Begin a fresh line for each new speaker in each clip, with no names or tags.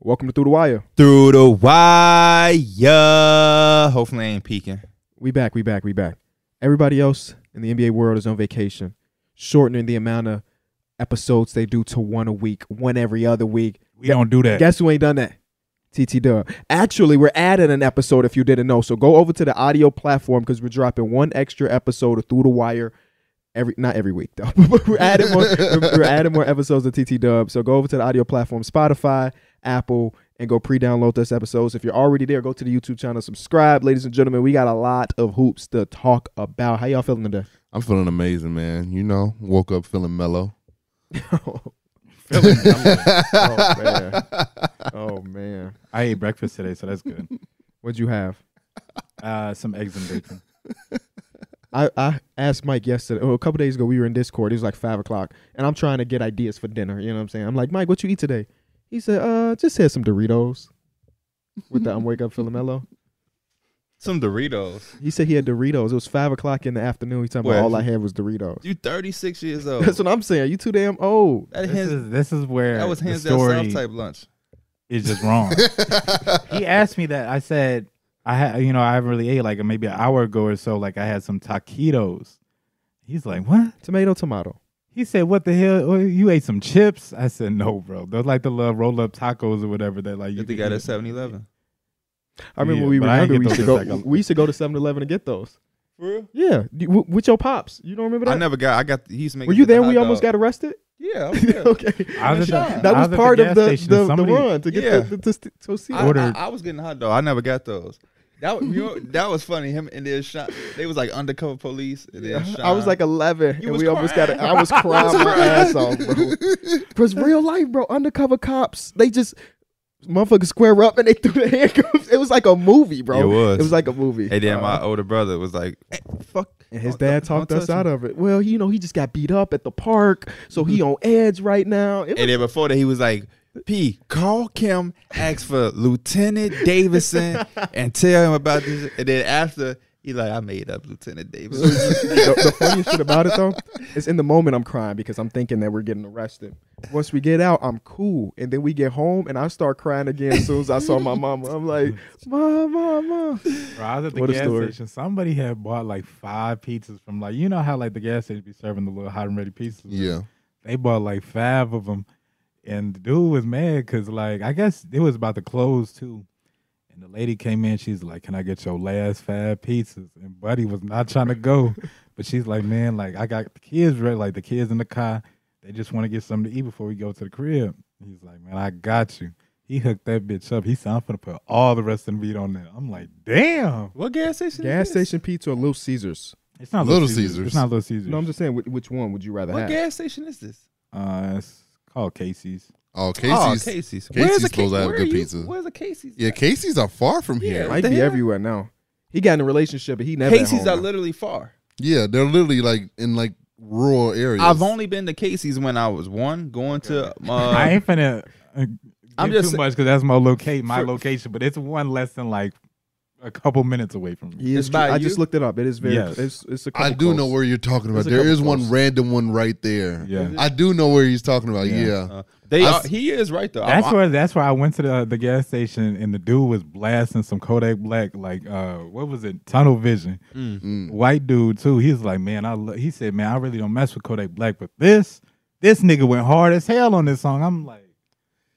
Welcome to Through the Wire.
Through the wire. Hopefully, I ain't peeking.
We back, we back, we back. Everybody else in the NBA world is on vacation, shortening the amount of episodes they do to one a week, one every other week.
We don't do that.
Guess who ain't done that? TT Dub. Actually, we're adding an episode if you didn't know. So go over to the audio platform because we're dropping one extra episode of Through the Wire every not every week though. but we're adding more we're, we're adding more episodes of TT Dub. So go over to the audio platform, Spotify, Apple, and go pre-download those episodes. If you're already there, go to the YouTube channel, subscribe, ladies and gentlemen. We got a lot of hoops to talk about. How y'all feeling today?
I'm feeling amazing, man. You know, woke up feeling mellow.
Feeling- I'm-
oh man. Oh man.
I ate breakfast today, so that's good.
What'd you have?
Uh, some eggs and bacon.
I, I asked Mike yesterday, well, a couple days ago, we were in Discord. It was like five o'clock, and I'm trying to get ideas for dinner. You know what I'm saying? I'm like, Mike, what you eat today? He said, uh, just had some Doritos with the I'm wake up feeling mellow.
Some Doritos.
He said he had Doritos. It was five o'clock in the afternoon. He talking
Well,
about all I had was Doritos.
You 36 years old.
That's what I'm saying. You too damn old.
that,
This
hands,
is, this is where
that was
the
hands down
story
south type lunch.
is just wrong. he asked me that. I said I had, you know, I haven't really ate like maybe an hour ago or so. Like I had some taquitos. He's like, what?
Tomato, tomato.
He said, what the hell? Oh, You ate some chips? I said, no, bro. Those like the little roll up tacos or whatever that like you
You think
can
I
eat.
at 7 Eleven.
I remember
Yeah,
when we were
but I ain't
younger, we
get
used to
those
go.
in Sacramento.
We used to go to 7-Eleven and get those.
For real?
Yeah, you- w- with your pops. You don't remember that?
I never got, I got, he used to make
were
us
you
get the
there? when We
hot
almost
dog.
got arrested.
Yeah, I was there.
okay.
I was
Sure.
at the-
That
I
was
at
part
gas
of the,
station and
the, the
somebody-
run to get
Yeah.
the, the, to, to see.
I,
ordered-
I, I was getting hot dog. I never got those. That was, you know, that was funny. Him and then shot. They was like undercover police. And then Sean.
I was like 11,
You
and
was
we almost got
crying.
it. I was crying my ass off, bro. Cause real life, bro. Undercover cops, they just motherfuckers square up and they threw the handcuffs. It was like a movie, bro.
It was.
It was like a movie.
And then
Uh,
my older brother was like, "Hey, "Fuck."
and his
don't-
dad
don't-
talked
don't
us
touch
out
me."
of it. Well, you know, he just got beat up at the park, so he
Mm-hmm.
on edge right now. It was,
And then before that, he was like, "P, call Kim, ask for Lieutenant Davidson, and tell him about this." And then after, he like, "I made up Lieutenant Davidson."
the, the funniest shit about it though is in the moment I'm crying because I'm thinking that we're getting arrested. Once we get out, I'm cool, and then we get home and I start crying again as soon as I saw my mama. I'm like, mom, mom, mom.
Bro, I was at the
What a
gas
story.
station. Somebody had bought like five pizzas from like you know how like the gas station be serving the little hot and ready pizzas.
yeah.
They bought like five of them, and the dude was mad because like I guess it was about to close too. And the lady came in. She's like, "Can I get your last five pizzas?" And Buddy was not trying to go, but she's like, "Man, like I got the kids ready. Like the kids in the car. They just want to get something to eat before we go to the crib." He's like, "Man, I got you." He hooked that bitch up. He said, "I'm gonna put all the rest of the meat on there." I'm like, "Damn."
what gas station? is
Gas
this?
station pizza or Little Caesars?
It's not
Little
Little,
Caesars.
Caesars. It's not Little Caesars.
No, I'm just saying, which, which one would you rather
What
have?
gas station is this?
uh, it's called Casey's.
Oh,
Oh,
Casey's.
Casey's.
Casey's
the
supposed to have
where
good
are you-
pizza.
Where's the Casey's?
yeah, Casey's are far from
Yeah.
here.
Might be
Damn.
everywhere now. He got in a relationship, but he never. at
Casey's
home
are
now.
literally far.
Yeah, they're literally like in like rural areas.
I've only been to Casey's when I was one going to. Uh,
I ain't finna. Uh,
I'm
I'm
just
just
sa-
too much because that's my locate my
For-
location, but it's one less than like a couple minutes away from me.
He is
It's
tr-
by
I just
you?
looked it up. It is very.
Yes.
It's, it's a couple
I do know
close.
where you're talking about.
There's a
There
couple
is one
close.
random one right there.
Yeah,
I do know where he's talking about.
Yeah.
Yeah.
uh, they
I
are,
s-
he is right though. I'm-
that's where that's where I went to the the gas station and the dude was blasting some Kodak Black like uh what was it Tunnel Vision
Mm.
Mm.
white dude too. He's like man I lo-, he said man I really don't mess with Kodak Black, but this this nigga went hard as hell on this song. I'm like.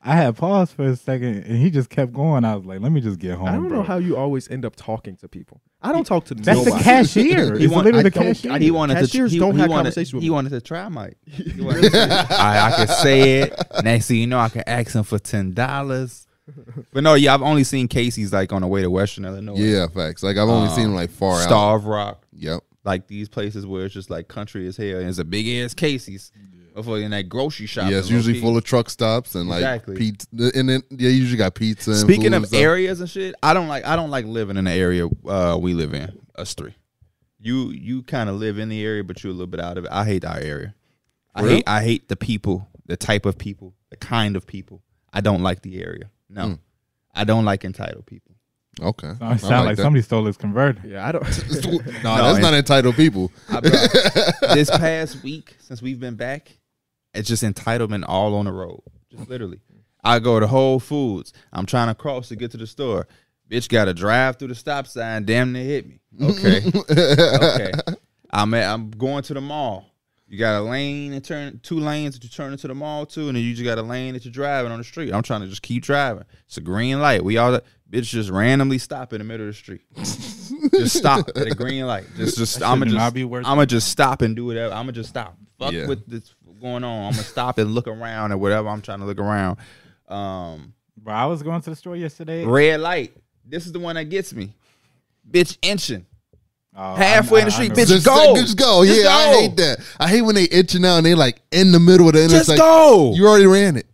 I had paused for a second and he just kept going. I was like, let me just get home.
I don't
bro.
know how you always end up talking to people. I don't talk to
That's
nobody.
the cashier.
He
It's
want-
literally
I
the
don't-
cashier.
I
he wanted
Cashiers
to. He,
don't
he
have
wanted,
conversation with
He
me.
wanted to try Mike. He wanted to- I, I can say it. Next thing you know, I can ask him for ten dollars. But no, yeah, I've only seen Casey's like on the way to Western Illinois,
Yeah, facts. Like I've only
Uh,
seen him like far out.
Starve Rock,
Yep.
like these places where it's just like country as hell, and it's a big ass Casey's, or in that grocery shop.
Yeah, it's usually full of truck stops and like
Exactly.
pizza, and then yeah, you usually got pizza. And
Speaking
food
of
and stuff.
areas and shit, I don't like I don't like living in the area uh, we live in. Us three, you you kind of live in the area, but you're a little bit out of it. I hate our area. I
Really?
hate I hate the people, the type of people, the kind of people. I don't like the area. No,
Mm.
I don't like entitled people.
okay,
Oh, it sound like, somebody stole his converter.
yeah, I don't.
somebody. No, that's
it-
not entitled people.
I, bro, this past week, since we've been back, it's just entitlement all on the road. Just literally. I go to Whole Foods. I'm trying to cross to get to the store. Bitch got to drive through the stop sign. Damn near hit me. Okay. okay. I'm at, I'm going to the mall. You got a lane and turn two lanes that you turn into the mall to, and then you just got a lane that you're driving on the street. I'm trying to just keep driving. It's a green light. We all bitch just randomly stop in the middle of the street. just stop at a green light. Just just I'ma
shit do not
just
be worth
I'ma just stop and do whatever. I'ma just stop. Fuck
Yeah.
with this going on. I'ma stop and look around and whatever I'm trying to look around. Um
Bro, I was going to the store yesterday.
red light. This is the one that gets me. Bitch inching.
Oh,
Halfway in the street,
know.
bitch.
Just
go.
Just go.
Just
yeah, I
go.
hate that. I hate when they itching out and they like in the middle of the
Just
intersection.
go.
You already ran it.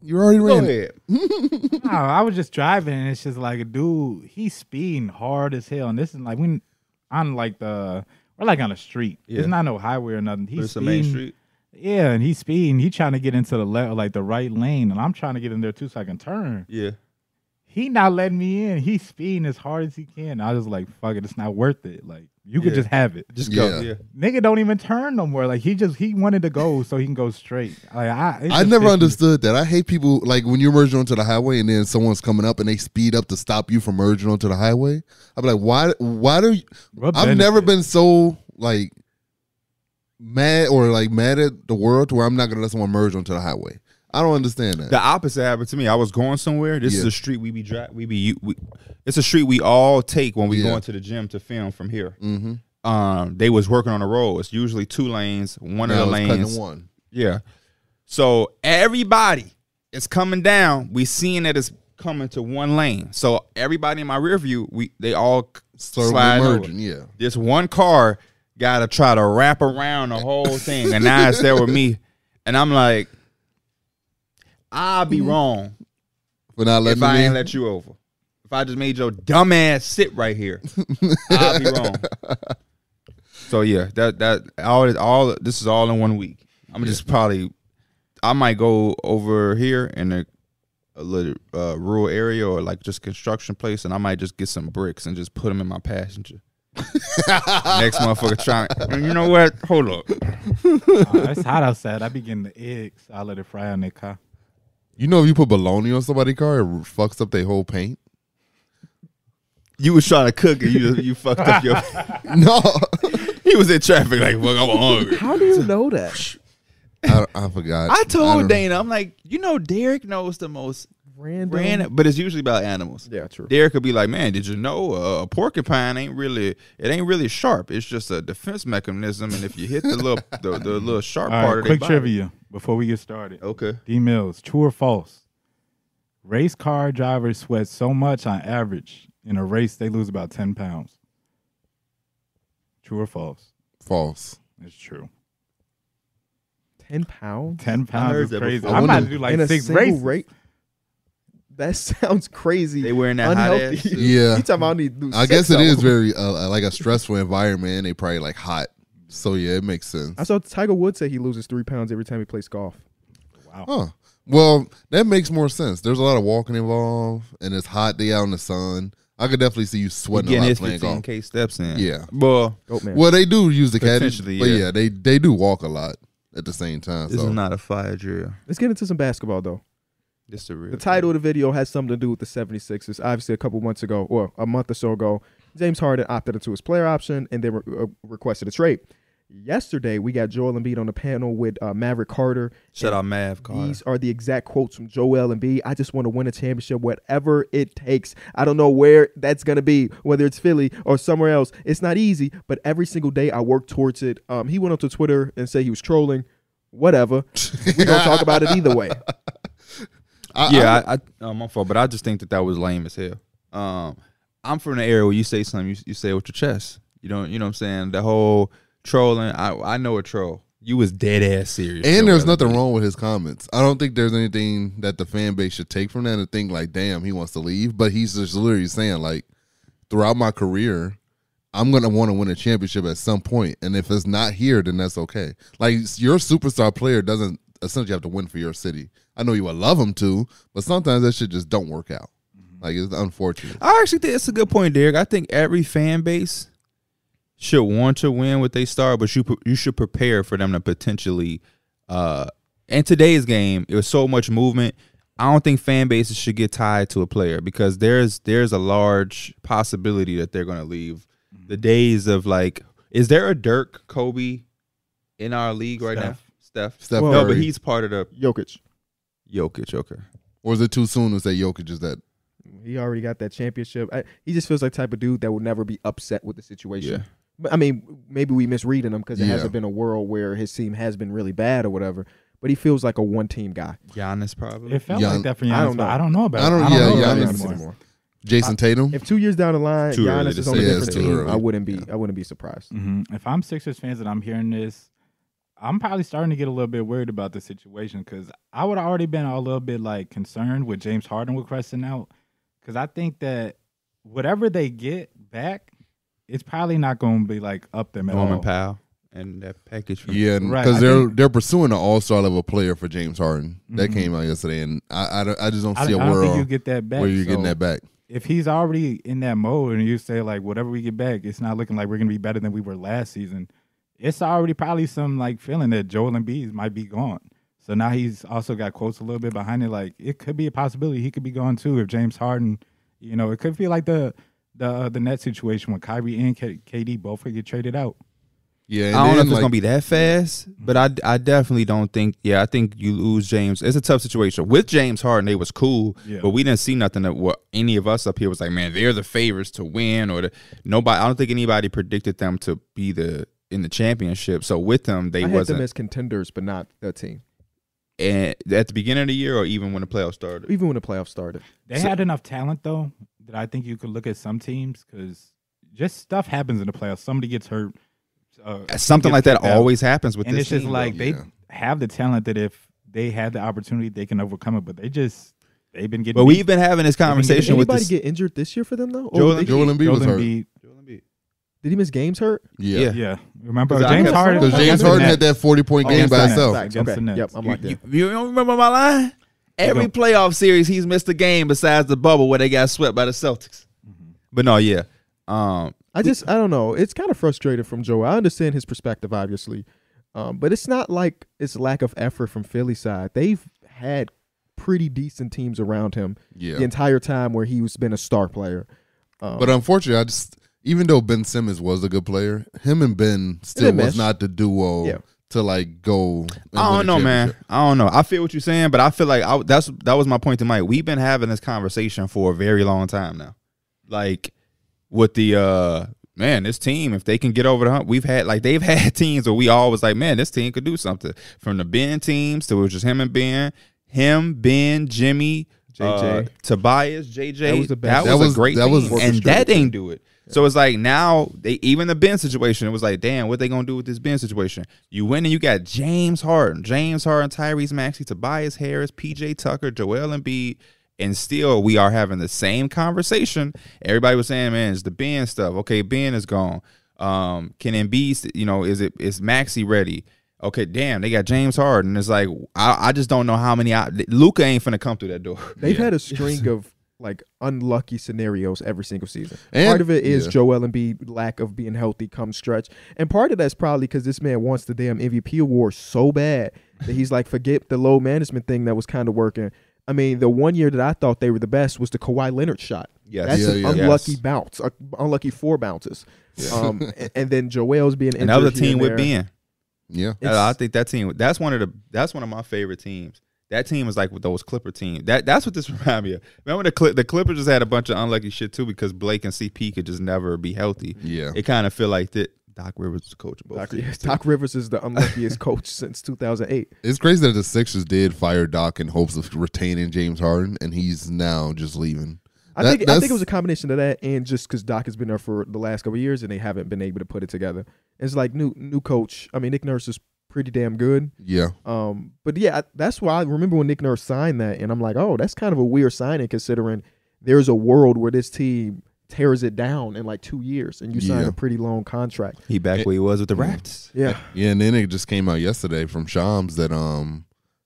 You already
Go
ran it.
ahead.
No, I was just driving, and it's just like, a dude, he's speeding hard as hell. And this is like we on like the we're like on a street.
Yeah.
It's not no highway or nothing. He's
It's the
speeding.
main street.
Yeah, and he's speeding. He trying to get into the left, like the right lane, and I'm trying to get in there too, so I can turn.
Yeah.
He not letting me in. He's speeding as hard as he can. I was like, fuck it, it's not worth it. Like you could
Yeah.
just have it.
Just
go.
go. Yeah.
Yeah.
Nigga don't even turn no more. Like he just he wanted to go so he can go straight. Like I, it's
I
just
never
iffy.
understood that. I hate people like when you merge onto the highway and then someone's coming up and they speed up to stop you from merging onto the highway. I'm like, why? Why do you?
What
I've never
benefit?
been so like mad or like mad at the world to where I'm not gonna let someone merge onto the highway. I don't understand that.
The opposite happened to me. I was going somewhere. This is
Yeah.
a street we be dri We be we, it's a street we all take when we
Yeah.
go into the gym to film from here.
mm-hmm.
Um, they was working on a road. It's usually two lanes. One of the lanes.
one.
Yeah. So everybody is coming down. We seeing that it's coming to one lane. So everybody in my rear view, we they all
So we're
slide over.
merging, yeah.
This one car gotta try to wrap around the whole thing, and now it's there with me, and I'm like, I'll
Mm-hmm.
be wrong
But not
if
letting
I
them in.
ain't let you over. If I just made your dumb ass sit right here, I'll be wrong. So yeah, that that all is all this is all in one week. I'm just probably I might go over here in a, a little uh, rural area or like just construction place, and I might just get some bricks and just put them in my passenger. Next motherfucker trying. You know what? Hold up.
Oh, it's hot outside. I be getting the eggs. I let it fry on their car.
you know, if you put bologna on somebody's car, it fucks up their whole paint.
You was trying to cook and you you fucked up your.
No,
he was in traffic like fuck. I'm hungry.
How do you know that?
I, I forgot.
I
don't
told
know.
Dana, I'm like, you know, Derek knows the most
Random.
random, but it's usually about animals.
Yeah, true.
Derek could be like, man, did you know uh, a porcupine ain't really, it ain't really sharp. It's just a defense mechanism, and if you hit the little, the, the little sharp
All right,
part of their
quick
body-
trivia before we get started.
Okay.
D Mills, true or false? Race car drivers sweat so much on average in a race they lose about ten pounds. True or false?
False.
It's true.
Ten pounds
Ten pounds
heard
is
that
crazy.
before.
I
I'm about to
wonder-
do like
in a
six
single
races.
rate. That sounds crazy.
They wearing that hot ass.
unhealthy.
suit.
Yeah.
You talking about I need to do
I
six
guess it
of
is
them.
very uh, like a stressful environment. And they probably like hot, so yeah, it makes sense.
I saw Tiger Woods say he loses three pounds every time he plays golf.
Huh. Well, that makes more sense. There's a lot of walking involved, and it's hot day out in the sun. I could definitely see you
He
sweating a
Getting
lot
his
playing golf.
15k steps in.
Yeah.
Well,
Goat man.
Well, they do use the caddy, but
Potentially,
yeah.
yeah.
they they do walk a lot at the same time.
this
So
is not a fire drill.
Let's get into some basketball though.
This is a real.
The title of the video has something to do with the 76ers. Obviously, a couple months ago, or a month or so ago, James Harden opted into his player option and then re- uh, requested a trade. Yesterday, we got Joel Embiid on the panel with uh, Maverick Carter.
Shut
and
up, Mav Carter.
These are the exact quotes from Joel Embiid. I just want to win a championship, whatever it takes. I don't know where that's going to be, whether it's Philly or somewhere else. It's not easy, but every single day I work towards it. Um, he went onto Twitter and said he was trolling. Whatever. we don't talk about it either way.
I, I-
yeah, I, I, uh, my fault, but I just think that that was lame as hell. Um, I'm from the area where you say something, you, you say it with your chest. You don't, you know what I'm saying? The whole trolling, I, I know a troll. You was dead ass serious.
and
Joel.
there's nothing wrong with his comments. I don't think there's anything that the fan base should take from that and think like, damn, he wants to leave. But he's just literally saying like, throughout my career, I'm gonna want to win a championship at some point, and if it's not here, then that's okay. Like your superstar player doesn't essentially have to win for your city. I know you would love him to, but sometimes that shit just don't work out. Like it's unfortunate.
I actually think it's a good point, Derek. I think every fan base should want to win with they star, but you pre- you should prepare for them to potentially. uh In today's game, it was so much movement. I don't think fan bases should get tied to a player because there's there's a large possibility that they're gonna leave. The days of like, is there a Dirk Kobe in our league right now? Steph.
Steph
Well-
No, but
Curry.
he's part of the
Jokic.
Jokic Joker.
or is it too soon to say Jokic is that?
He already got that championship. I, he just feels like the type of dude that will never be upset with the situation.
Yeah.
But I mean, maybe we misreading him because it
Yeah.
hasn't been a world where his team has been really bad or whatever. But he feels like a one team guy.
Giannis probably.
It felt
Gian-
like that for Giannis.
I don't
but
know.
I don't know about.
I don't-
It. I don't
yeah,
know
Giannis
about
Giannis
it
is
anymore.
Jason Tatum?
If two years down the line,
Too early
Giannis
to
is
say.
on a
Yeah,
different
it's too
team,
early.
I wouldn't be. I wouldn't be surprised.
Mhm. If I'm Sixers fans and I'm hearing this, I'm probably starting to get a little bit worried about the situation because I would have already been a little bit like concerned with James Harden requesting out because I think that whatever they get back, it's probably not going to be like up them at
Norman
all.
Powell and that package from
Yeah,
Right,
because
I
they're
think-
they're pursuing an all star level player for James Harden. That
Mhm.
came out yesterday, and I I, don't- I just don't
I,
see
don't-
a
I don't think you
world
get that back.
where you're getting
so
that back.
If he's already in that mode and you say like whatever we get back, it's not looking like we're gonna be better than we were last season. It's already probably some like feeling that Joel Embiid might be gone. So now he's also got quotes a little bit behind it. Like it could be a possibility he could be gone too if James Harden, you know, it could be like the the uh, the net situation when Kyrie and K- KD both could get traded out.
Yeah, and
I don't know
then,
if it's
like,
gonna be that fast, but I, I definitely don't think. Yeah, I think you lose James. It's a tough situation with James Harden. They was cool,
Yeah.
but we didn't see nothing that what any of us up here was like. Man, they're the favorites to win, or the, nobody. I don't think anybody predicted them to be the in the championship. So with them, they
I had them
wasn't.
as contenders, but not the team.
And at the beginning of the year, or even when the playoffs started,
Even when the playoffs started,
They
So-
had enough talent though that I think you could look at some teams because just stuff happens in the playoffs. Somebody gets hurt. Uh,
something
gets
like that
kicked out.
always happens with
and
this.
it's just
team,
like
bro.
they
Yeah.
have the talent that if they had the opportunity, they can overcome it. But they just they've been getting.
But we've been having this
anybody
did
conversation with
anybody
this.
get injured this year for them though? Or
Joel
did,
Joel Embiid
Joel
was hurt.
Embiid-
did he miss games hurt?
Yeah,
Yeah.
because
Yeah, remember
'Cause I
James
guess-
Harden?
Because
James
against the
Harden
Nets.
had that forty point
Oh,
Oh,
game
Against
by
the Nets.
itself.
Against the
Okay.
Nets.
Yep, I'm
You,
like that.
you- you don't remember my line? Every
don't.
playoff series, he's missed a game besides the bubble where they got swept by the Celtics. But no, yeah, um,
I just I don't know. It's kind of frustrating from Joel. I understand his perspective, obviously, um, but it's not like it's lack of effort from Philly side. They've had pretty decent teams around him the
Yeah,
entire time where he's been a star player. Um,
but unfortunately, I just even though Ben Simmons was a good player, him and Ben still
didn't
was
mesh.
not the duo
Yeah.
to like go. and
I don't
win a
know, man.
championship.
I don't know. I feel what you're saying, but I feel like I, that's that was my point tonight. We've been having this conversation for a very long time now. Like with the uh man, this team, if they can get over the hump, we've had like they've had teams where we always like, man, this team could do something. From the Ben teams to it was just him and Ben, him, Ben, Jimmy,
JJ.
uh, Tobias, JJ.
That was the best.
That was, a great that
was
was and
orchestrated.
that didn't do it. So it's like now they even the Ben situation. It was like, damn, what they gonna do with this Ben situation? You win and you got James Harden, James Harden, Tyrese Maxey, Tobias Harris, PJ Tucker, Joel Embiid, and still we are having the same conversation. Everybody was saying, man, it's the Ben stuff. Okay, Ben is gone. Um, can Embiid? You know, is it is Maxey ready? Okay, damn, they got James Harden. It's like I, I just don't know how many. Luca ain't finna come through that door.
they've had a string of like unlucky scenarios every single season.
And-
part of it is
yeah.
Joel Embiid lack of being healthy come stretch, and part of that's probably because this man wants the damn MVP award so bad that he's like, forget the low management thing that was kind of working. I mean, the one year that I thought they were the best was the Kawhi Leonard shot.
Yes.
that's
Yeah,
an
yeah.
unlucky
Yes.
bounce, a, unlucky four bounces. Um, and, and then Joel's being injured
Another
here
team
and
with
there.
Ben.
Yeah,
It's-
I think that team. That's one of the. That's one of my favorite teams. That team is like with those Clipper team. That that's what this reminds me of. Remember the Clip, the Clippers just had a bunch of unlucky shit too because Blake and CP could just never be healthy.
yeah.
It kind of feel like that. Doc Rivers was the coach of both.
Doc,
teams, too.
Doc Rivers is the unluckiest coach since 2008.
It's crazy that the Sixers did fire Doc in hopes of retaining James Harden, and he's now just leaving.
I
That-
think I think
that's-
it was a combination of that and just because Doc has been there for the last couple of years and they haven't been able to put it together. It's like new new coach. I mean, Nick Nurse is pretty damn good.
yeah,
Um, but yeah, I, that's why I remember when Nick Nurse signed that, and I'm like, oh, that's kind of a weird signing considering there's a world where this team tears it down in like two years, and you sign
Yeah.
a pretty long contract.
He back where he was with the Raptors.
Yeah,
yeah. And then it just came out yesterday from Shams that um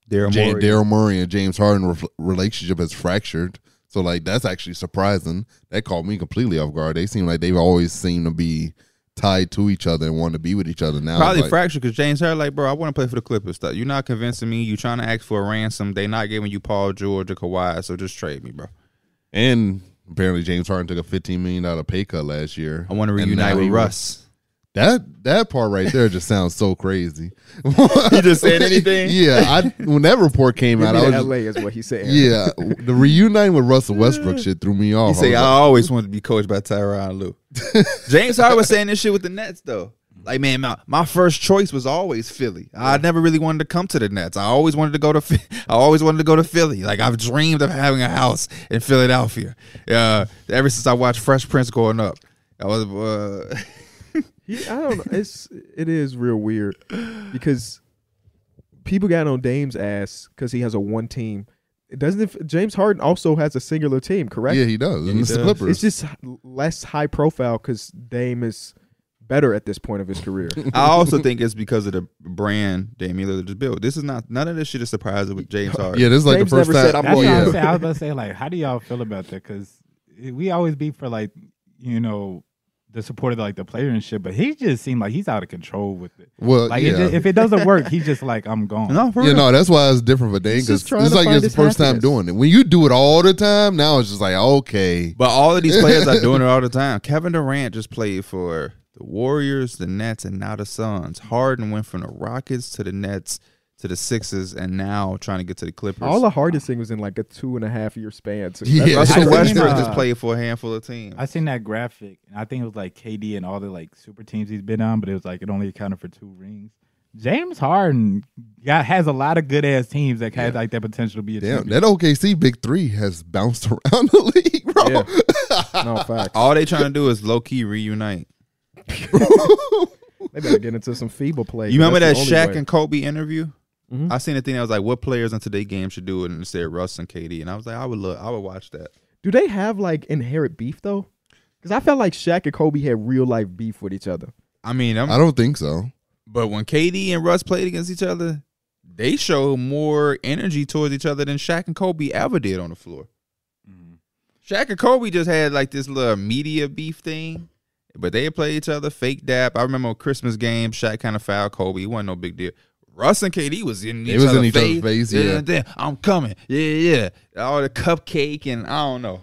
Daryl
Ja-
Morey.
Daryl Murray and James Harden ref- relationship has fractured. So like that's actually surprising. That caught me completely off guard. They seem like they've always seemed to be tied to each other and want to be with each other now.
Probably
like,
fractured because James Harden like, bro, I want to play for the Clippers. Stuff. You're not convincing me. You trying to ask for a ransom. They not giving you Paul George or Kawhi, so just trade me, bro.
and apparently James Harden took a fifteen million dollar pay cut last year.
I want to
And
reunite
now
with
he-
Russ.
That that part right there just sounds so crazy.
He just said anything?
yeah, I when that report came out, I
Give
was
me to
just-
LA is what he said.
yeah, the reuniting with Russell Westbrook shit threw me off.
He
I
say,
was
I
like,
always wanted to be coached by Tyronn Lue. James Harden was saying this shit with the Nets though. Like, man, my, my first choice was always Philly. I never really wanted to come to the Nets. I always wanted to go to Phi- I always wanted to go to Philly. Like I've dreamed of having a house in Philadelphia. Uh, ever since I watched Fresh Prince growing up. I was uh,
He, I don't know. It's it is real weird because people got on Dame's ass because he has a one team. It doesn't if- James Harden also has a singular team, correct?
yeah, he does. and
he
it's the
does.
Clippers.
It's just less high profile because Dame is better at this point of his career.
I also think it's because of the brand Damian Lillard just built. This is not none of this shit is surprising with James Harden.
yeah, this is like
James
the first
never
time.
said, "I'm
yeah.
That's what
loyal."
I was saying. I was about to say, like, how do y'all feel about that? Because we always be for like, you know, the support of like the player and shit, but he just seemed like he's out of control with it.
Well,
Like,
yeah.
it ju- if it doesn't work, he's just like, I'm gone.
No, for
Yeah,
real.
no, that's why it's different for Dane
He's just
because it's
trying to
like
find
his
his
first time
happiness.
doing it. When you do it all the time, now it's just like okay,
But all of these players are doing it all the time. Kevin Durant just played for the Warriors, the Nets, and now the Suns. Harden went from the Rockets to the Nets to the Sixers, and now trying to get to the Clippers.
All the hardest thing was in like a two and a half year span. So
Yeah.
that's-
Russell
I
Westbrook
think, uh,
just played for a handful of teams.
I seen that graphic, and I think it was like KD and all the like super teams he's been on, but it was like it only accounted for two rings. James Harden got has a lot of good ass teams that had like that potential to be a
damn,
champion.
that OKC Big Three has bounced around the league, bro.
no facts.
all they trying to do is low key reunite.
They better get into some feeble play.
You remember that
That's the only
Shaq
way.
and Kobe interview?
Mhm.
I seen a thing that was like, "What players in today's game should do it?" And it said Russ and KD, and I was like, "I would look, I would watch that."
Do they have like inherent beef though? Because I felt like Shaq and Kobe had real life beef with each other.
I mean, I'm
I don't think so.
But when KD and Russ played against each other, they showed more energy towards each other than Shaq and Kobe ever did on the floor.
Mhm.
Shaq and Kobe just had like this little media beef thing, but they played each other fake dap. I remember on Christmas game, Shaq kind of fouled Kobe. It wasn't no big deal. Russ and KD was in
They
each,
was in
other's,
each
face.
other's face, yeah.
then I'm coming. Yeah, yeah. yeah. All the cupcake and I don't know.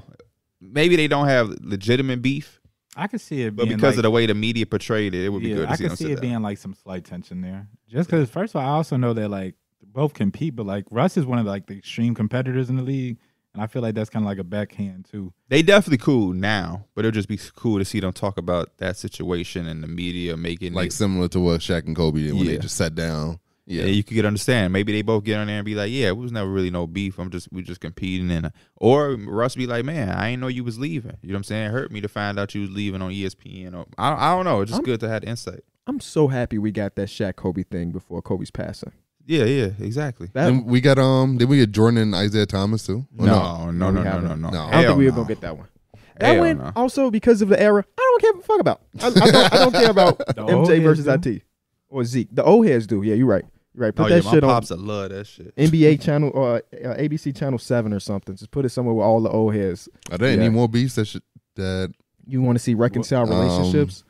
Maybe they don't have legitimate beef,
I could see it,
but
being
because
like,
of the way the media portrayed it, it would be
yeah,
good to
I
see
could
them
see
sit
it
down.
being like some slight tension there. Just because, first of all, I also know that like both compete, but like Russ is one of like the extreme competitors in the league, and I feel like that's kind of like a backhand too.
They definitely cool now, but it'll just be cool to see them talk about that situation and the media making
Like
it-
similar to what Shaq and Kobe did when they
Yeah.
just sat down.
yeah.
Yeah,
you could get understand. Maybe they both get on there and be like, "Yeah, it was never really no beef. I'm just we just competing." And or Russ be like, "Man, I ain't know you was leaving. You know what I'm saying? It hurt me to find out you was leaving on E ESPN. Or I, I don't know. It's just
I'm-
good to have the insight.
I'm so happy we got that Shaq Kobe thing before Kobe's passing.
Yeah, yeah, exactly.
That
And we got um. Did we get Jordan and Isaiah Thomas too? Or
we
No, no, no, no,
haven't.
no, no.
No. I
I don't
Hell
think we were
no.
gonna get that one. That
Hell
one
no.
also because of the era. I don't give a fuck about. I, I, don't, I don't care about
old
MJ
heads
versus
do.
IT or Zeke. The old heads do. Yeah, you're right. You're right. Put
Oh, yeah,
that
my
shit on
pops, I love that shit.
NBA channel or uh, ABC channel seven or something. Just put it somewhere with all the old heads.
Are there
Yeah.
any more beefs that should that
You want to see reconcile
Well, um,
relationships?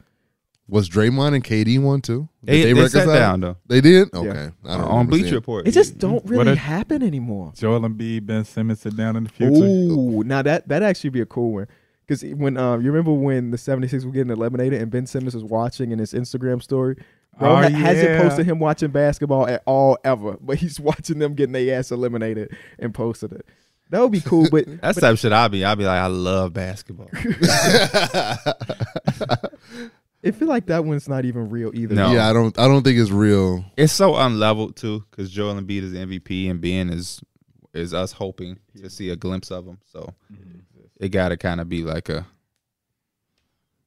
was Draymond and KD one too? Did
They, they, sat
reconcile?
down though
They did. Okay, I don't
on
remember
Bleacher
seeing it.
Report.
it just don't
What
really
a-
happen anymore.
Joel Embiid, Ben Simmons sit down in the future.
Ooh, now that that actually be a cool one. Because when um, you remember when the 76 were getting eliminated and Ben Simmons was watching in his Instagram story, bro
Oh,
ha- hasn't
yeah.
posted him watching basketball at all ever, but he's watching them getting their ass eliminated and posted it. That would be cool, but
That's the type of shit I'll be. I'll be like, I love basketball.
it feel like that one's not even real either.
No.
Yeah, I don't. I don't think it's real.
It's so unleveled too, because Joel Embiid is the MVP, and Ben is is us hoping to see a glimpse of him. So it gotta kind of be like a,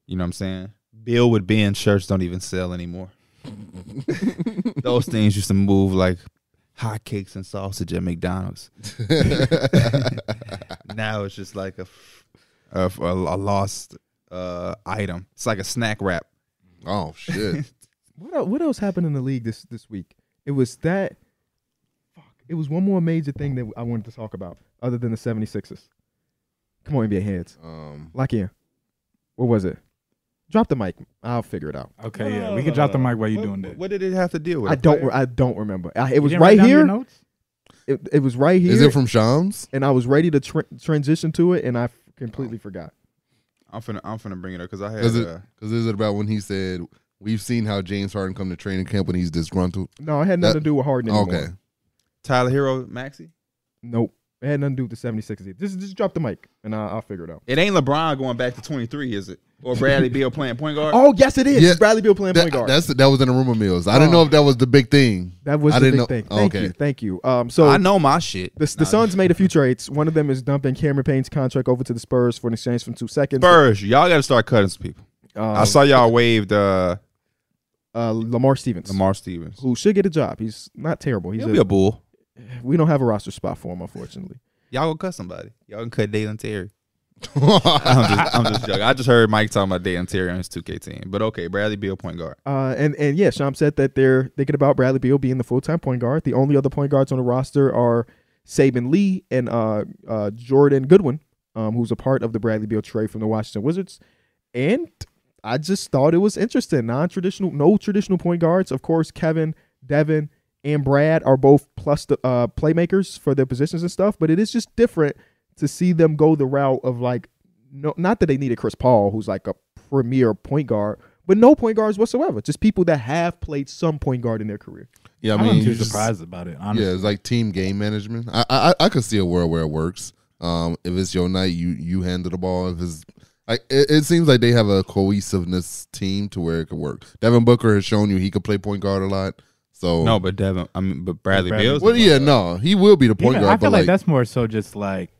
you know, what I'm saying, Bill with Ben shirts don't even sell anymore. Those things used to move like hotcakes and sausage at McDonald's. now it's just like a a, a lost uh, item. It's like a snack wrap.
Oh shit!
What else, what else happened in the league this this week? It was that. Fuck. It was one more major thing that I wanted to talk about, other than the 76ers. Come on, NBA heads,
Um,
lock in. What was it? Drop the mic. I'll figure it out.
Okay,
No,
yeah,
no,
we
no,
can
no,
drop the
no.
mic while you're
What-
doing
what-
that.
What did it have to deal with?
I
A
don't.
player?
I don't remember. I, it
You
was
didn't write
right
down your
here.
notes?
It, it was right here.
Is it from Shams?
and I was ready to tr- transition to it, and I f-
Oh.
completely forgot.
I'm finna I'm finna bring it up because I had.
Is it-
uh,
Because is it about when he said we've seen how James Harden come to training camp when he's disgruntled?
No, it had nothing to do with Harden anymore.
Okay,
Tyler Hero Maxi?
Nope. It had nothing to do with the 76ers. Just, just drop the mic, and I, I'll figure it out.
It ain't LeBron going back to 23, is it? Or Bradley Beal playing point guard?
Oh, yes, it is.
Yeah.
Bradley Beal playing
that,
point guard.
that's that was in the rumor mills. I didn't
Oh.
know if that was the big thing.
that was
I
the big
didn't know- Oh,
thing. Thank
okay.
you. Thank you. Um, so
I know my shit.
The, the
Nah,
Suns made a few trades. One of them is dumping Cameron Payne's contract over to the Spurs for an exchange from two seconds.
Spurs, y'all got to start cutting some people.
Um,
I saw y'all waved uh,
uh, Lamar Stevens,
Lamar Stevens.
who should get a job. He's not terrible. He's
He'll be a
a,
bull.
we don't have a roster spot for him, unfortunately.
Y'all gonna cut somebody. Y'all can cut Dalen Terry. I'm just, I'm just joking. I just heard Mike talking about Dalen Terry on his 2K team. But okay, Bradley Beal, point guard.
Uh, and and yeah, Sham said that they're thinking about Bradley Beal being the full time point guard. The only other point guards on the roster are Saban Lee and uh, uh, Jordan Goodwin, um, who's a part of the Bradley Beal trade from the Washington Wizards. And I just thought it was interesting. Non traditional, no traditional point guards. Of course, Kevin, Devin, and Brad are both plus the uh, playmakers for their positions and stuff. But it is just different to see them go the route of like, no, not that they needed Chris Paul, who's like a premier point guard, but no point guards whatsoever. Just people that have played some point guard in their career.
yeah, I
I
mean,
am
you
too
just-
surprised about it. Honestly,
Yeah, it's like team game management. I, I I- I could see a world where it works. Um, if it's your night, you you handle the ball. If it's like it, it seems like they have a cohesiveness team to where it could work. Devin Booker has shown you he could play point guard a lot. So
No, but Devin, I mean, but Oh. Bradley,
Bradley
Beal's. the
well,
point
yeah,
guard.
no, he will be the point
Even-
guard.
I feel
but
like,
like,
that's more so just like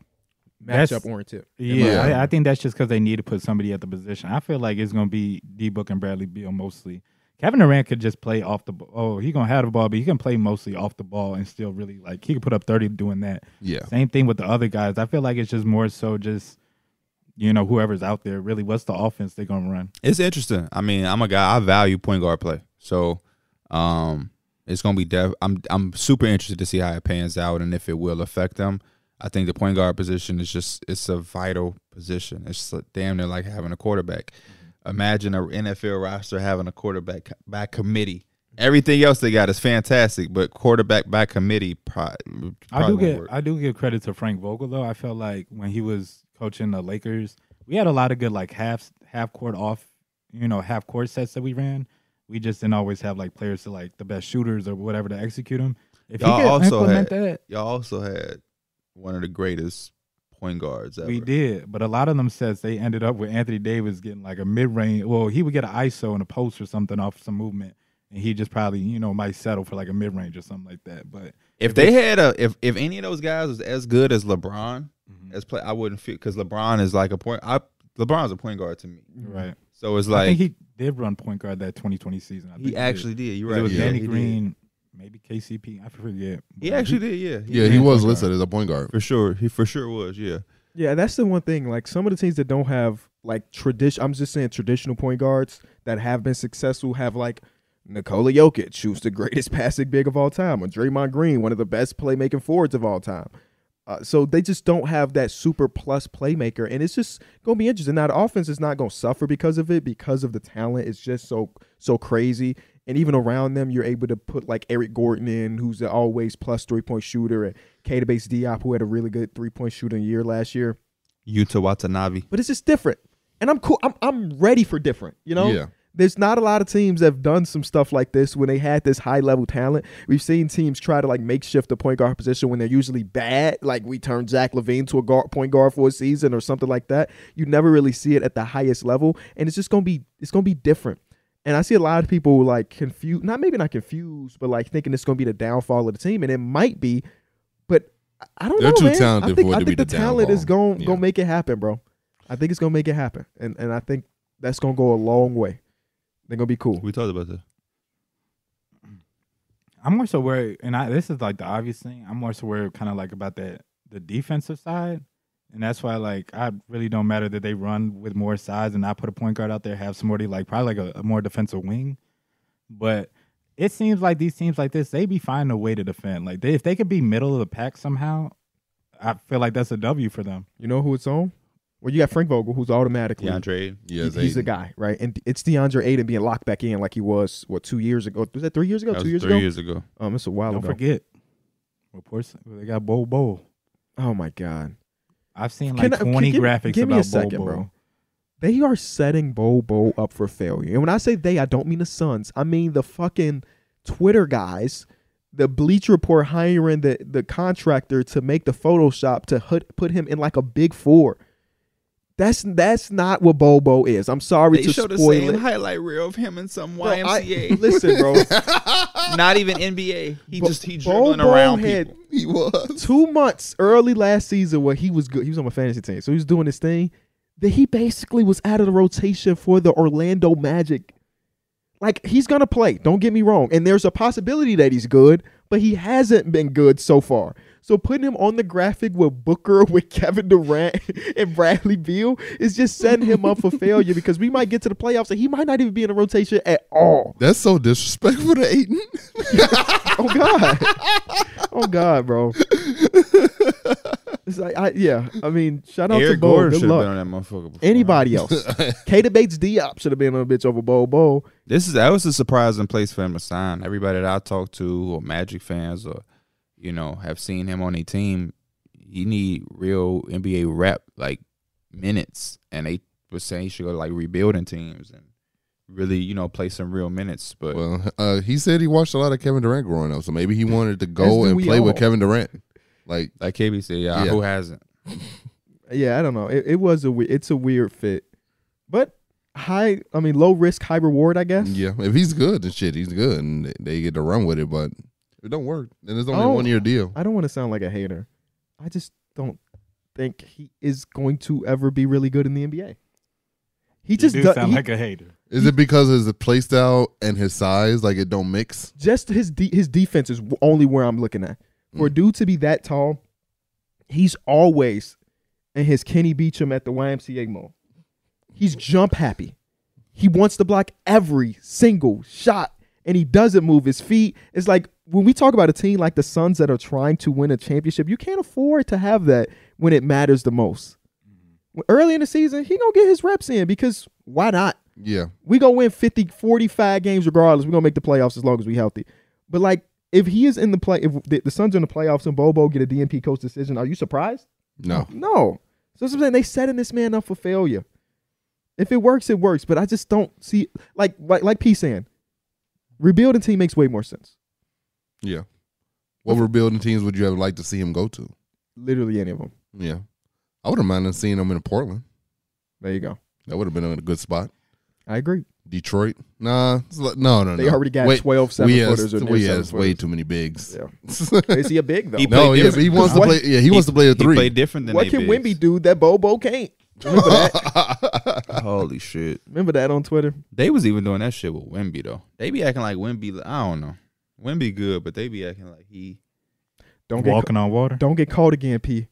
that's-
Matchup oriented.
Yeah,
Yeah.
I, I think that's just because they need to put somebody at the position. I feel like it's gonna be D Book and Bradley Beal mostly. Kevin Durant could just play off the ball. Oh, he gonna have the ball, but he can play mostly off the ball and still really like he could put up thirty doing that.
yeah,
Same thing with the other guys. I feel like it's just more so just you know whoever's out there. Really, what's the offense they're gonna run?
It's interesting. I mean, I'm a guy. I value point guard play. So, um, it's gonna be dev. I'm I'm super interested to see how it pans out and if it will affect them. I think the point guard position is just it's a vital position. It's like, damn near like having a quarterback.
Mm-hmm.
Imagine an NFL roster having a quarterback by committee. Everything else they got is fantastic, but quarterback by committee pro- probably
I do
won't
get
work.
I do give credit to Frank Vogel though. I felt like when he was coaching the Lakers, we had a lot of good like half half court off, you know, half court sets that we ran. We just didn't always have like players to like the best shooters or whatever to execute them. If you
Y'all
could
also
implement
Y'all also had one of the greatest point guards
that,
ever.
we did. But a lot of them sets they ended up with Anthony Davis getting like a mid range. Well, he would get an ISO and a post or something off some movement, and he just probably you know might settle for like a mid range or something like that. But
If they had a if if any of those guys was as good as LeBron
Mhm.
as play, I wouldn't feel because LeBron is like a point. I LeBron's a point guard to me,
right,
so it's
I think
like he,
he did run point guard that 2020 season. I think did.
actually did. You're right.
It was
yeah,
Danny
he did.
Green, maybe KCP. I forget.
He actually did. Yeah,
yeah,
did.
he
Yeah,
was
point
listed as a point guard.
for sure. He for sure was. Yeah,
Yeah, that's the one thing. Like some of the teams that don't have like tradition. I'm just saying traditional point guards that have been successful have like Nikola Jokic, who's the greatest passing big of all time, or Draymond Green, one of the best playmaking forwards of all time. Uh, so they just don't have that super plus playmaker, and it's just gonna be interesting. Now the offense is not gonna suffer because of it, because of the talent. It's just so so crazy, and even around them, you're able to put like Eric Gordon in, who's the always plus three point shooter, and Kata Bates Diop, who had a really good three point shooting year last year.
Utah Watanabe.
But it's just different, and I'm cool. I'm I'm ready for different. You know,
Yeah.
there's not a lot of teams that have done some stuff like this when they had this high level talent. We've seen teams try to like makeshift the point guard position when they're usually bad. Like we turned Zach Levine to a guard, point guard for a season or something like that. You never really see it at the highest level, and it's just gonna be it's gonna be different. And I see a lot of people like confused, not maybe not confused, but like thinking it's gonna be the downfall of the team, and it might be, but I- I don't
They're
know.
too
man.
talented
I think,
for it
I
to
think
be
the,
the
talent is
downfall.
gonna
Yeah.
gonna make it happen, bro. I think it's gonna make it happen, and and I think that's gonna go a long way. They're gonna be cool.
We talked about that.
I'm more so worried, and I, this is like the obvious thing. I'm more so worried, kind of like about that the defensive side, and that's why like I really don't matter that they run with more size and I put a point guard out there, have somebody like probably like a, a more defensive wing, but. It seems like these teams like this, they be finding a way to defend. Like they, if they could be middle of the pack somehow, I feel like that's a W for them.
You know who it's on? Well, you got Frank Vogel, who's automatically
DeAndre. Ayton.
Yeah,
he- he's the
Zayden.
guy, right? And it's DeAndre Aiden being locked back in like he was what two years ago? Was that three years ago?
That
Two
was
years
three
ago?
years ago.
Um, it's a while
Don't
ago.
forget, reports they got Bo Bo.
Oh my god,
I've seen
Can
like
I- can-
twenty
give-
graphics
give me a
about
second,
Bo Bo.
bro. they are setting Bobo up for failure. And when I say they, I don't mean the Suns. I mean the fucking Twitter guys, the Bleach Report hiring the the contractor to make the Photoshop to hut- put him in like a big four. That's that's not what Bobo is. I'm sorry
They
to
showed the
spoil
same
it.
highlight reel of him in some
Bro, I-
YMCA.
listen, bro.
Not even NBA. He
Bo-
just he
Bobo
dribbling around
had
people.
He was.
two months early last season where he was good. He was on my fantasy team, so he was doing this thing that he basically was out of the rotation for the Orlando Magic. Like he's gonna play. Don't get me wrong, and there's a possibility that he's good, but he hasn't been good so far. So putting him on the graphic with Booker, with Kevin Durant and Bradley Beal is just setting him up for failure because we might get to the playoffs and he might not even be in the rotation at all.
That's so disrespectful to Aiden.
Oh God. oh God, bro. It's like I yeah. I mean, shout out to
Eric
Bo.
Gordon should
Good
have been
luck.
on that motherfucker. Before.
Anybody else? Kata Bates Diop should have been on a bitch over Bo Bo.
This is that was a surprising place for him to sign. Everybody that I talk to, or Magic fans, or you know, have seen him on a team. He need real NBA rep like minutes, and they were saying he should go to like rebuilding teams and really, you know, play some real minutes. But
well, uh, he said he watched a lot of Kevin Durant growing up, so maybe he wanted to go
do
and
we
play with
all.
Kevin Durant. Like,
like KB said, yeah,
Yeah.
who hasn't?
Yeah, I don't know. It, it was a we- it's a weird fit, but high. I mean, low risk, high reward. I guess.
yeah, if he's good and shit, he's good, and they- they get to run with it. But if it don't work, then it's only
Oh.
a one year deal.
I don't want to sound like a hater. I just don't think he is going to ever be really good in the NBA. He
You
just
do
do-
sound
he-
like a hater.
Is it because his play style and his size, like it don't mix?
just his de- his defense is w- only where I'm looking at. For a dude to be that tall, he's always in his Kenny Beecham at the YMCA mode. He's jump happy. He wants to block every single shot, and he doesn't move his feet. It's like when we talk about a team like the Suns that are trying to win a championship, you can't afford to have that when it matters the most. When- Early in the season, he gonna get his reps in because why not?
Yeah,
we gonna win 50 45 games regardless we're gonna make the playoffs as long as we healthy but like if he is in the play if the, the suns are in the playoffs and bobo get a dmp coach decision are you surprised Oh.
no.
no so that's what i'm saying they setting this man up for failure if it works it works but i just don't see like like, like p saying rebuilding team makes way more sense
Yeah. What rebuilding teams would you have liked to see him go to?
literally any of them
Yeah. I would have minded seeing him in Portland.
there you go
That would have been a good spot.
i agree
Detroit? Nah. it's li- No, no, no.
they already got
Wait,
12 seven
we
footers
has,
or near
we
seven
has way
footers.
too many bigs.
yeah is he a big though
He
no,
played
yeah, but he wants to
What-
play. Yeah, he wants to play a
He
three.
played different than
what
they
can
bigs.
wimby do that bobo can't remember that
Holy shit!
remember that on twitter
They was even doing that shit with Wimby though. They be acting like Wimby. I don't know. Wimby good, but they be acting like he
don't get
Walking on water.
Don't get caught again, P.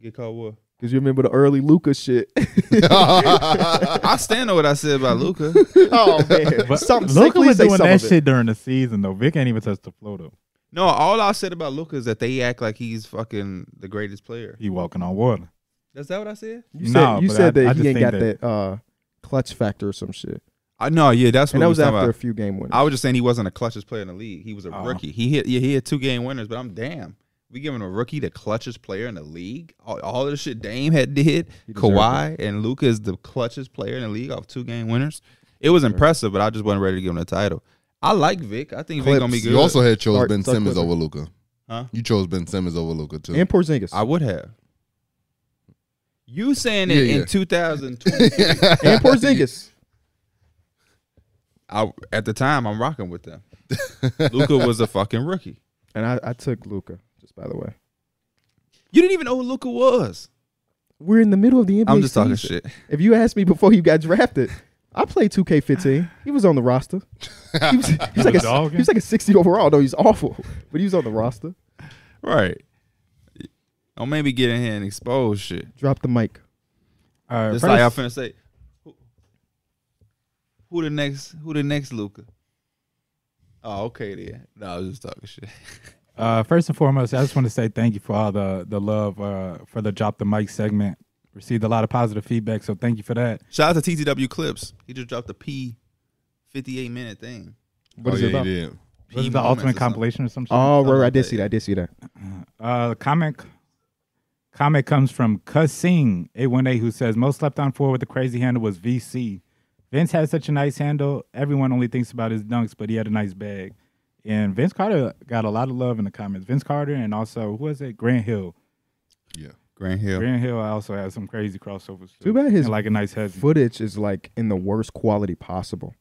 get caught what.
Because you remember the early Luca shit.
I stand on what I said about Luca.
oh man,
But
something
Luka
sickly
was
say
doing
some
that
of it.
shit during the season though. Vic ain't even touched the floor though.
No, all I said about Luca is that they act like he's fucking the greatest player.
He walking on water.
Is that what I said?
You said,
Nah,
you
but
said
I-
that
I just
he ain't
think
got that,
that-
uh, clutch factor or some shit,
I no, yeah, that's what
and that was
we
after
talking
a
about.
few game winners.
I was just saying he wasn't a clutchest player in the league. He was a
Oh.
rookie. He hit yeah, he hit two game winners, but I'm damn. We giving a rookie the clutchest player in the league. All, all of the shit Dame had did,
He deserved
Kawhi and Luca is the clutchest player in the league off two game winners. It was impressive, but I just wasn't ready to give him the title. I like Vic. I think Vic gonna be good.
you also had chose
Start-
Ben
start
Simmons
Clippers.
over Luca.
Huh?
You chose Ben Simmons over Luca too.
and Porzingis
I would have. You saying it
Yeah, yeah.
in 2020?
and Porzingis.
I at the time I'm rocking with them. Luca was a fucking rookie.
and I, I took Luca. Just by the way,
You didn't even know who Luca was.
we're in the middle of the NBA.
I'm just talking
season.
shit.
If you asked me before you got drafted, I played 2K15. He was on the roster. He was, he was like a,
Dogging.
he was like a 60 overall. No, he's awful, but he was on the roster.
Right. Don't maybe get in here and expose shit.
Drop the mic.
All right,
Just
first,
like I finna say. Who, who the next who the next Luca? Oh, okay then. No, I was just talking shit.
uh, first and foremost, I just want to say thank you for all the the love uh, for the drop the mic segment. received a lot of positive feedback. So thank you for that.
Shout out to TTW Clips. He just dropped a P, fifty-eight minute thing.
What is
oh,
it
yeah,
about?
he did.
P
This is
moments or
the ultimate
something.
compilation or something.
Oh, right, right. I
like
did
that,
see that. I did see that.
Uh, comic comic comes from Cussing eight one eight who says most slept on four with the crazy handle was VC. Vince had such a nice handle. Everyone only thinks about his dunks, but he had a nice bag. And Vince Carter got a lot of love in the comments. Vince Carter and also who was it? Grant Hill.
Yeah.
Grant Hill.
Grant Hill also had some crazy crossovers.
Too bad his
and like a nice heavy.
footage is like in the worst quality possible.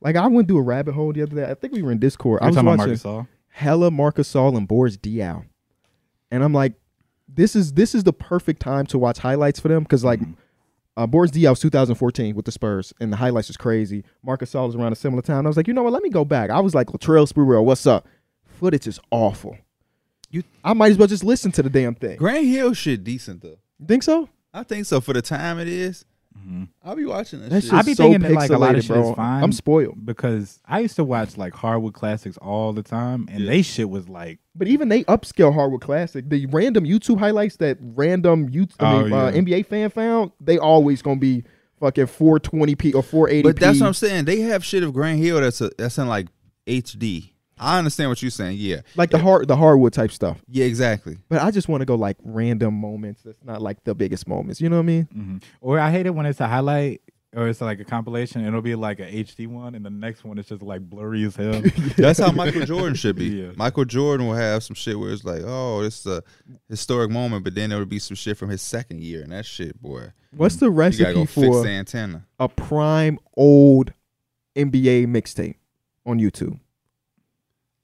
Like I went through a rabbit hole the other day. I think we were in Discord. I
Mm-hmm.
was
You're talking
watching
about Marcus All.
hella Marcus All and Boris Diaw, and I'm like, this is this is the perfect time to watch highlights for them because like.
Mm-hmm.
Uh, Boris Diaw's 2014 with the Spurs, and the highlights is crazy. Marcus All is around a similar time. I was like, you know what? Let me go back. I was like, Latrell Sprewell, what's up? Footage is awful. You, I might as well just listen to the damn thing.
Grant Hill shit decent though.
Think so?
I think so for the time it is. I'll be watching that,
That
shit.
shit's
I be
so
thinking that, like, a lot of
pixelated,
shit is
bro.
fine.
I'm spoiled.
because I used to watch like hardwood classics all the time, and they shit was like
But even they upscale hardwood classic. The random YouTube highlights that random you I
Oh,
mean, uh,
yeah.
NBA fan found, they always gonna be fucking 420p or 480p.
But that's what I'm saying. They have shit of Grant Hill that's a, that's in like HD. I understand what you're saying. Yeah,
like the hard the hardwood type stuff.
yeah, exactly.
But I just want to go like random moments. That's not like the biggest moments. You know what I mean?
Mm-hmm.
Mhm. Or I hate it when it's a highlight or it's like a compilation. and It'll be like a HD one, and the next one is just like blurry as hell.
That's how Michael Jordan should be.
Yeah.
Michael Jordan will have some shit where it's like, oh, this is a historic moment, but then there would be some shit from his second year, and that shit, boy,
What's the
you gotta
recipe
go fix
for
the antenna.
a prime old NBA mixtape on YouTube?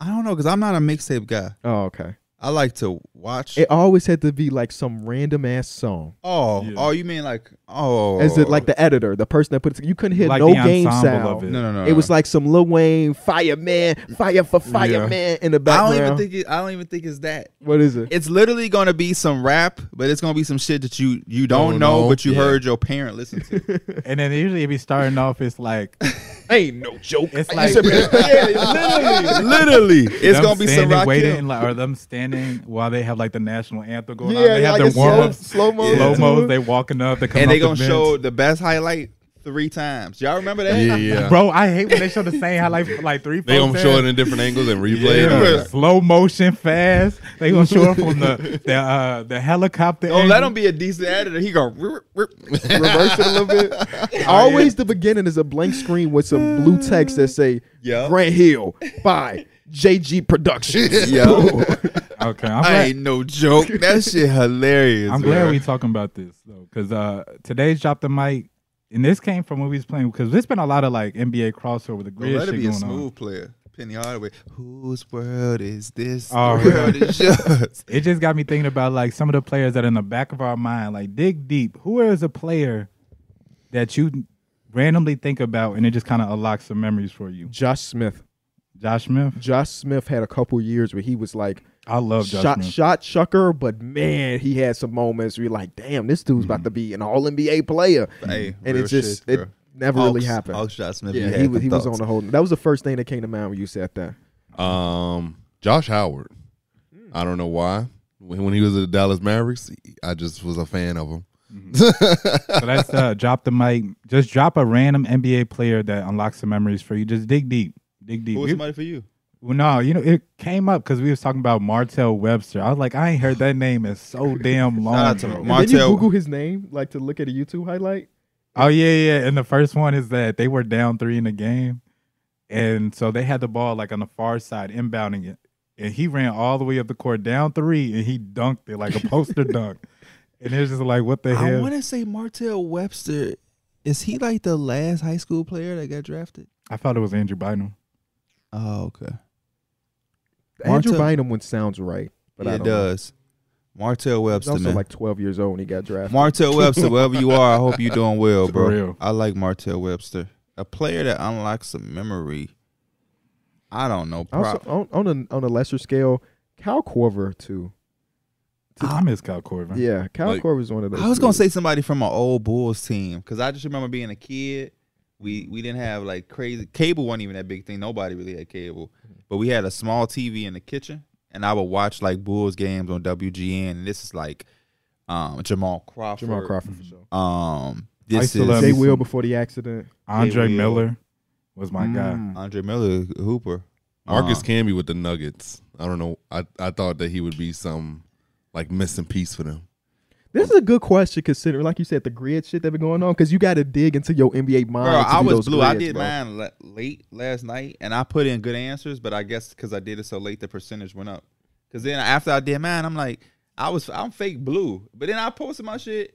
I don't know, cause I'm not a mixtape guy.
Oh, okay.
I like to watch.
It always had to be like some random ass song.
oh,
Yeah.
oh, you mean like oh?
As it like the editor, the person that put it, you couldn't hear
Like
no
the
game
ensemble
sound.
of it.
No, no, no.
It was
no.
like some Lil Wayne fireman, fire for fireman in the
I don't
background.
even think it, I don't even think it's that.
what is it?
It's literally gonna be some rap, but it's gonna be some shit that you you don't
Don't
know,
know.
but you
Yeah.
heard your parent listen to.
and then usually it be starting off, it's like
Ain't no joke.
it's like
literally.
literally, it's
them
gonna be some
standing,
rock
waiting, like, or them standing while they have like the national anthem going on.
Yeah,
They have
like
their
a
warm
slow,
ups,
slow mo.
Yeah.
slow mos. They walking up, they come
and they
up the
gonna
bench.
show the best highlight three times. Y'all remember that?
Yeah, yeah.
Bro, I hate when they show the same highlight for, like three.
They
four
gonna show it
times.
in different angles and replay it.
Yeah.
Yeah.
Slow motion, fast. They gonna show it from the the uh, the helicopter.
Don't let
angle.
him be a decent editor. He gonna rip, rip, rip.
Reverse it a little bit. Always the beginning is a blank screen with some blue text that say
Yeah.
Grant Hill by JG Productions.
yo.
Okay, I'm
I
glad-
ain't no joke. That shit hilarious.
I'm glad
bro.
we talking about this though, because uh, today's drop the mic, and this came from when we was playing. Because there's been a lot of like NBA crossover with the
Bro,
grid
let
shit
it be
going
a smooth
on.
player. Penny Hardaway. Whose world is this?
Oh,
the world is yours.
It just got me thinking about like some of the players that are in the back of our mind. Like dig deep. Who is a player that you randomly think about, and it just kind of unlocks some memories for you?
Josh Smith.
Josh Smith.
Josh Smith had a couple years where he was like
I love Josh
shot
Smith.
shot chucker, but man, he had some moments where you're like, damn, this dude's about to be an all NBA player.
Hey,
and it
real
just
shit,
it
bro.
never really
Hawks-
happened.
Hawks shot Smith.
yeah, he was he was on the whole. That was the first thing that came to mind when you said that.
Um, Josh Howard. I don't know why. When when he was at the Dallas Mavericks, I just was a fan of him.
so that's uh, drop the mic. Just drop a random NBA player that unlocks some memories for you. Just dig deep. Dig deep.
Who
We-
was somebody for you?
Well, no, you know, it came up because we was talking about Martell Webster. I was like, I ain't heard that name in so damn long.
out to
bro.
Mar-
Did you
Montel-
Google his name like to look at a YouTube highlight?
oh yeah, yeah. And the first one is that they were down three in the game, and so they had the ball like on the far side, inbounding it, and he ran all the way up the court, down three, and he dunked it like a poster dunk. And it was just like, what the
I
hell?
want to say Martell Webster. Is he like the last high school player that got drafted?
I thought it was Andrew Bynum.
Oh, okay.
Andrew
Montel-
Bynum one sounds right, but
yeah,
I
it
don't know.
does. Martell
He was
Webster,
also
man.
like 12 years old when he got drafted.
Martell Webster, wherever you are, I hope you're doing well,
For
bro.
real.
I like Martell Webster, a player that unlocks a memory. I don't know. Pro-
also, on on a, on a lesser scale, Cal Corver too.
I miss Kyle Corver.
Yeah, Cal
Like-
Corver was one of those.
I was gonna
dudes.
say somebody from an old Bulls team because I just remember being a kid. We we didn't have like crazy cable wasn't even that big thing. Nobody really had cable, but we had a small TV in the kitchen, and I would watch like Bulls games on WGN. And this is like um, Jamal Crawford.
Jamal Crawford for sure.
Um,
I
this
still
is
love
Jay
me
Will
some-
before the accident.
Andre
Will.
Miller was my guy.
Andre Miller Hooper.
Marcus
Uh,
Camby with the Nuggets. I don't know. I, I thought that he would be some like missing piece for them.
This is a good question considering, like you said, the grid shit that been going on. Because you got to dig into your NBA mind.
Bro,
to
I
do
was
those
blue. I
grids,
did
bro.
mine la- late last night, and I put in good answers, but I guess because I did it so late, the percentage went up. Because then after I did mine, I'm like, I was I'm fake blue, but then I posted my shit.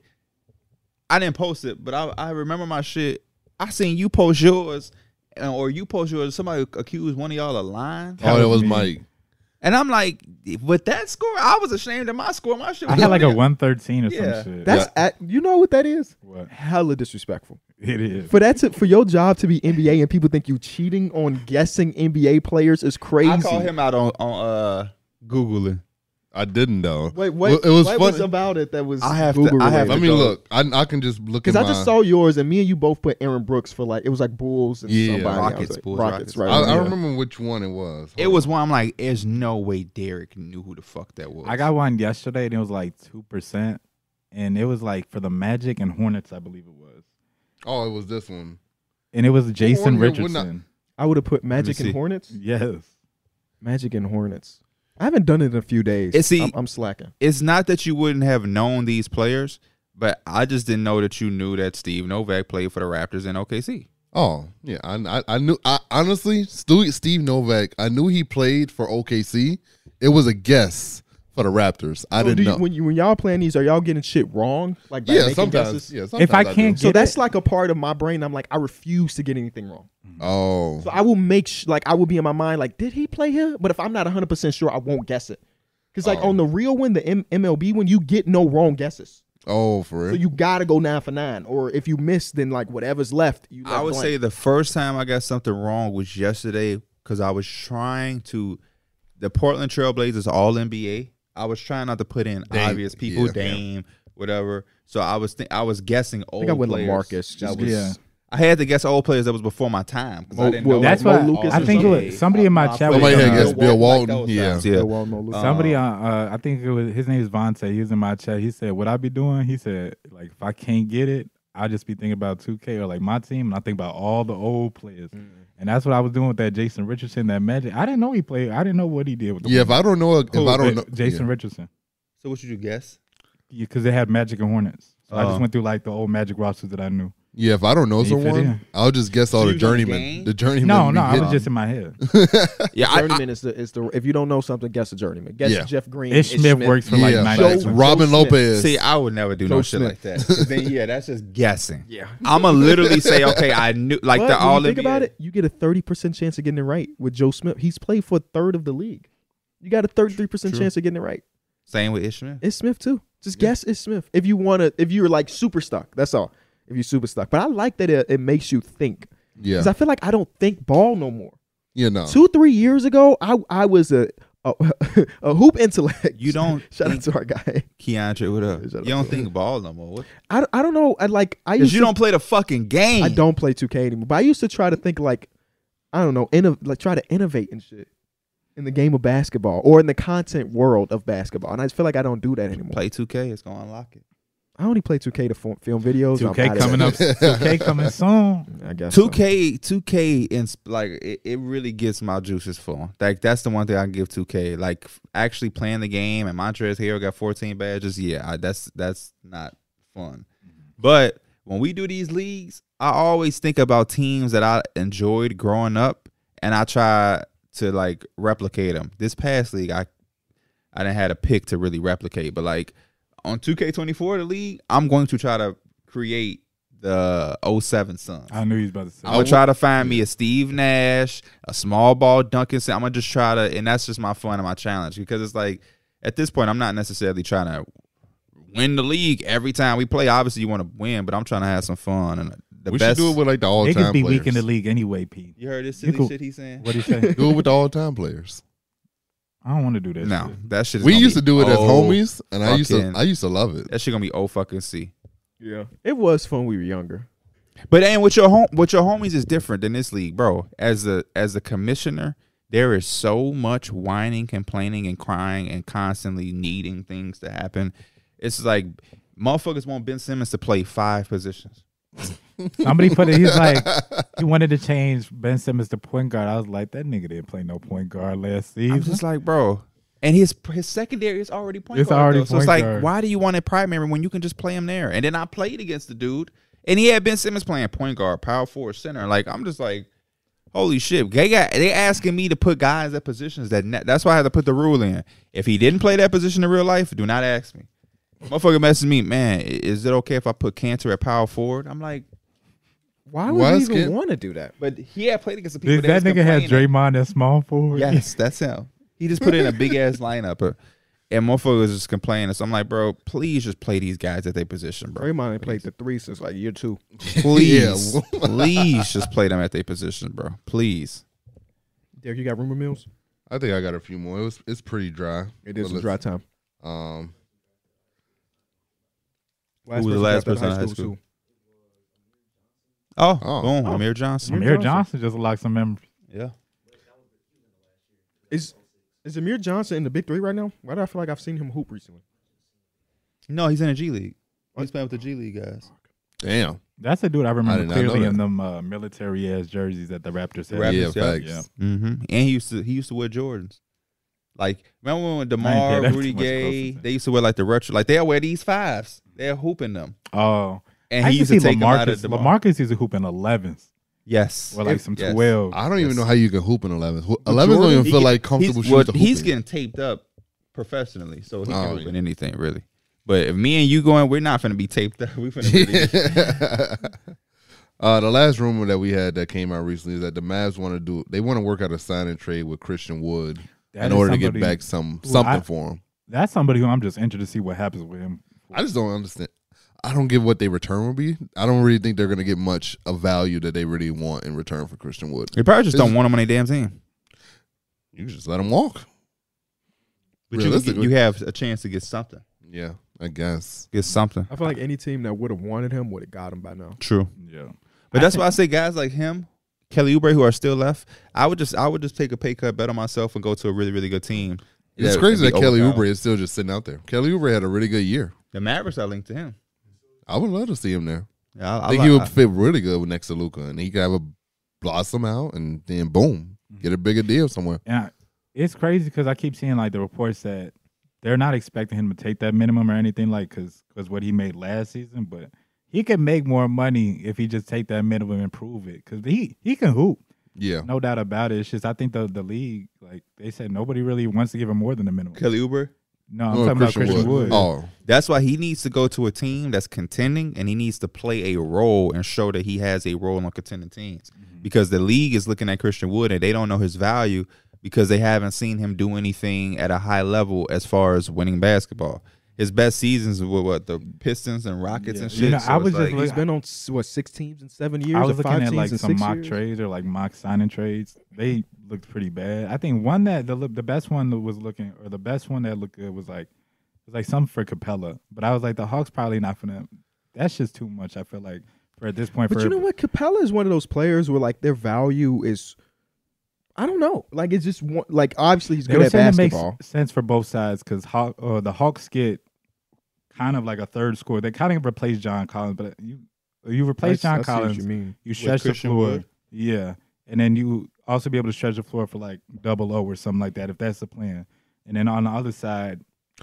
I didn't post it, but I I remember my shit. I seen you post yours, and- or you post yours. Somebody accused one of y'all of lying,
That
oh, that was
was me.
Mike.
and I'm like, with that score, I was ashamed of my score. My shit.
I
Was
had like a
down.
one thirteen or
Yeah.
some shit.
That's at, you know what that is?
what
Hella disrespectful.
it is.
For that to, for your job to be NBA and people think you cheating on guessing NBA players is crazy.
I call him out on on uh googling.
I didn't though.
Wait, what?
Well, it was
what
funny.
was about it that was?
I have to-
Google
I have
I
to-
mean, look, I, I can just look at
Because I just
my-
saw yours, and me and you both put Aaron Brooks for like it was like Bulls and
Yeah.
somebody. I was
Rockets,
like,
Bulls,
Rockets,
Rockets.
right?
I,
right,
I
yeah.
remember which one it was.
It was one I'm like, there's no way Derek knew who the fuck that was.
I got one yesterday and it was like two percent, and it was like for the Magic and Hornets, I believe it was,
Oh, it was this one.
and it was Jason
Hornet would
Richardson.
not-
I would have put Magic
see.
and Hornets.
Yes,
Magic and Hornets. I haven't done it in a few days.
And see-
I'm, I'm slacking.
it's not that you wouldn't have known these players, but I just didn't know that you knew that Steve Novak played for the Raptors in OKC.
Oh yeah, I I, I knew. I honestly, Steve, Steve Novak. I knew he played for OKC. It was a guess for the Raptors. I
So do
didn't
you-
know.
when you when y'all playing these, are y'all getting shit wrong? Like by
yeah,
making
sometimes.
guesses?
Yeah, sometimes
I
do.
can't-
So
Get
that's
it.
like a part of my brain. I'm like, I refuse to get anything wrong.
oh,
So I will make sh- like I will be in my mind like, did he play here? But if I'm not 100 percent sure, I won't guess it. Because like
Oh.
on the real one, the M- MLB one, you get no wrong guesses.
oh, for
So
real.
you gotta go nine for nine, or if you miss, then like whatever's left. You left
I would
blank.
say the first time I got something wrong was yesterday because I was trying to. The Portland Trailblazers All NBA. I was trying not to put in
Dame,
obvious people,
yeah.
Dame, whatever. So I was think I was guessing
I
old
think I went
players.
Lamarcus.
that
Just
was-
yeah.
I had to guess old players that was before my time. 'cause I
Mo-
didn't
well,
know
that's
Mo
like,
why
all
Lucas
I
or
think it
somebody.
was, somebody in my
I-
chat was
Somebody
Yeah.
had
uh,
guessed Bill
Walton,
Walton.
like those
yeah.
guys. Yeah.
Bill Walton, Mo Lucas.
Somebody, uh, uh, I think it was his name is Vontae. He was in my chat. He said, "What I be doing?" He said, "Like if I can't get it, I just be thinking about 2K or like my team, and I think about all the old players."
Mm.
And that's what I was doing with that Jason Richardson, that Magic. I didn't know he played. I didn't know what he did with the.
Yeah, if I don't know, if
Who?
I don't
Ja-
know,
Jason Richardson,
So what should you guess?
because they had Magic and Hornets. So I
Oh.
Uh.
just went through like the old Magic rosters that I knew.
Yeah, if I don't know
He fit
someone,
in.
I'll just guess all
So
the
you know the
journeyman.
game?
The journeyman.
No,
be
no, I was
hitting.
just in my head.
Yeah, I, I,
journeyman is the is the if you don't know something, guess a journeyman. Guess
Yeah.
Jeff Green.
Ish Smith works for like
yeah,
nine
like
90.
Joe-
Robin
Joe Smith.
Lopez.
See, I would never do no
Coach
shit
Smith.
like that. 'Cause Then yeah, that's just guessing.
Yeah.
I'ma literally say, okay, I knew like
But
the
when
all
you think
NBA.
about it, you get a 30% chance of getting it right with Joe Smith. He's played for a third of the league. You got a 33%
True.
chance of getting it right.
Same with Ishmael.
It's Smith too. Just guess it's Smith. If you wanna if you're like super stuck. That's all. If you're super stuck. But I like that it, it makes you think. Because
yeah,
I feel like I don't think ball no more.
you
Oh.
know,
Two, three years ago, I I was a a, a hoop intellect.
You don't
shout out to our guy.
Keandre, what up?
Shut up.
You don't think ball no more. What?
I, don't- I don't know. I like I
Cause
used
you
to-
don't play the fucking game.
I don't play 2K anymore. But I used to try to think like I don't know, inno- like try to innovate and shit in the game of basketball or in the content world of basketball. And I just feel like I don't do that anymore.
play 2K. It's gonna unlock it.
I only play 2K to film, film videos. I'm
2K
outta
coming
that.
up. 2K coming soon.
I guess so.
2K, 2K, and sp- like it, it really gets my juices flowing. Like that's the one thing I give 2K. Like f- actually playing the game and Montrez Hero got 14 badges. Yeah, I, that's that's not fun. But when we do these leagues, I always think about teams that I enjoyed growing up, and I try to like replicate them. This past league, I I didn't had a pick to really replicate, but like on 2K24 the league, I'm going to try to create the 07 Suns.
I knew he was about to say.
I'm gonna try to find me a Steve Nash, a small ball Duncan. I'm gonna just try to, and that's just my fun and my challenge because it's like at this point I'm not necessarily trying to win the league every time we play. Obviously, you want to win, but I'm trying to have some fun and the
we
best.
should do it with like the all
Niggas
time
be
players.
weak in the league anyway, Pete.
you heard this
You
silly
could-
shit he's saying?
What do you say?
do it with the all time players.
I don't want to do that.
No,
shit.
that shit. Is
We
gonna
used
be
to do it as
oh,
homies, and I used to
fucking-
I used to love it.
That shit gonna be oh fucking c.
Yeah. It was fun when we were younger.
But and with your home with your homies is different than this league, bro. As a as a commissioner, there is so much whining, complaining, and crying and constantly needing things to happen. It's like motherfuckers want Ben Simmons to play five positions.
Somebody put it. He's like, he wanted to change Ben Simmons to point guard. I was like, that nigga didn't play no point guard last season.
I'm just like, bro. And his his secondary is already point
Uh-huh. It's
guard.
already
though. so it's
point
like,
guard.
why do you want a primary when you can just play him there? And then I played against the dude, and he had Ben Simmons playing point guard, power forward, center. Like I'm just like, holy shit! They got they asking me to put guys at positions that ne- that's why I had to put the rule in. If he didn't play that position in real life, do not ask me. Motherfucker messaged me, man. i- Is it okay if I put Cantor at power forward? I'm like,
Why
Why
would
is
you even
Ken-
want to do that?
but he had played against the people.
Did
was
that nigga had
complaining.
Draymond as small forward?
Yes, that's him. He just put in a big ass lineup, uh, and motherfuckers just complaining. So I'm like, bro, please just play these guys at their position, bro.
Draymond ain't played the three since like year two.
Please,
Yeah.
please just play them at their position, bro. Please.
Derek, you got rumor mills?
I think I got a few more. It was it's pretty dry.
It is
But
a dry time.
let's- Um,
Who was the last
dropped out of
person out of high school? Oh,
Oh.
boom,
Oh.
Amir Johnson.
Amir Johnson just locked some members.
Yeah,
Is is Amir Johnson in the big three right now? Why do I feel like I've seen him hoop recently?
no, he's in the G League. He's playing with the G League guys.
damn.
That's a dude I remember
did not know
clearly
that.
in them uh, military ass jerseys that the Raptors
The
had.
Raptors,
yeah,
yeah.
facts.
Yeah.
Mm-hmm. And he used to he used to wear Jordans. Like remember when
I
Demar,
ain't pay that
Rudy
much
Gay,
close
they used to wear like the retro, like they'll wear these fives. They're hooping them,
Oh,
and
I
he
used
used
see
to take them out of
Lamarcus.
Demar.
Lamarcus used to hoop in 11s
Yes.
or like some
yes.
12.
I don't even
Yes.
know how you can hoop in 11. 11 don't
Jordan,
even
He
feel
get-
like comfortable
he's,
shoes
well,
to hoop
he's
in.
getting taped up professionally, so he
Oh,
can hoop
yeah.
in anything really. But if me and you going, we're not finna be taped up. We finna really
uh, the last rumor that we had that came out recently is that the Mavs want to do they want to work out a sign and trade with Christian Wood
That
in
is
order to get
somebody-
back some
Ooh,
something
I-
for him.
That's somebody who I'm just interested to see what happens with him.
I just don't understand. I don't give what they return will be. I don't really think they're going to get much of value that they really want in return for Christian Wood.
they probably just don't want him on their damn team.
You just let him walk.
But you,
Realistically.
you have a chance to get something.
Yeah, I guess.
Get something.
I feel like any team that would have wanted him would have got him by now.
True.
Yeah.
But that's why I say guys like him, Kelly Oubre, who are still left. I would just I would just take a pay cut, bet on myself, and go to a really really good team.
it's
Yeah,
crazy
and
that
be
Kelly
overpowered.
Oubre is still just sitting out there. Kelly Oubre had a really good year.
The Mavericks are linked to him.
I would love to see him there.
Yeah, I,
I
I
think
like-
he would
I-
fit really good with next to Luca, and he could have a blossom out, and then boom,
Mm-hmm.
get a bigger deal somewhere.
And I, it's crazy because I keep seeing like the reports that they're not expecting him to take that minimum or anything like because what he made last season, but he could make more money if he just take that minimum and prove it because he he can hoop,
Yeah,
no doubt about it. It's just I think the the league like they said nobody really wants to give him more than the minimum.
Kelly Oubre.
No, I'm
Or
talking about Christian Wood.
Oh,
That's why he needs to go to a team that's contending and he needs to play a role and show that he has a role on contending teams.
Mm-hmm.
Because the league is looking at Christian Wood and they don't know his value because they haven't seen him do anything at a high level as far as winning basketball. His best seasons were what the Pistons and Rockets and
Yeah.
shit.
You know,
so
I
it's
was
like,
just
He's
looking-
been on s- what six teams in seven years.
I
or
was
five
looking at
teams
like
in
some
six
mock
years?
trades or like mock signing trades. They looked pretty bad. I think one that the the best one that was looking or the best one that looked good was like it was like some for Capella. But I was like the Hawks probably not finna. That's just too much. I feel like for at this point
But
for
you know what? Capella is one of those players where like their value is, I don't know. Like it's just one, like obviously he's
they
good
were
at
saying it makes
basketball.
sense for both sides because Hawk uh, the Hawks get kind of like a third score. They kind of replace John Collins, but you you replace
I- I
John
see what
Collins.
you mean?
You stretch the
Christian
floor.
Wood?
Yeah. And then you also be able to stretch the floor for like double O or something like that if that's the plan. And then on the other side,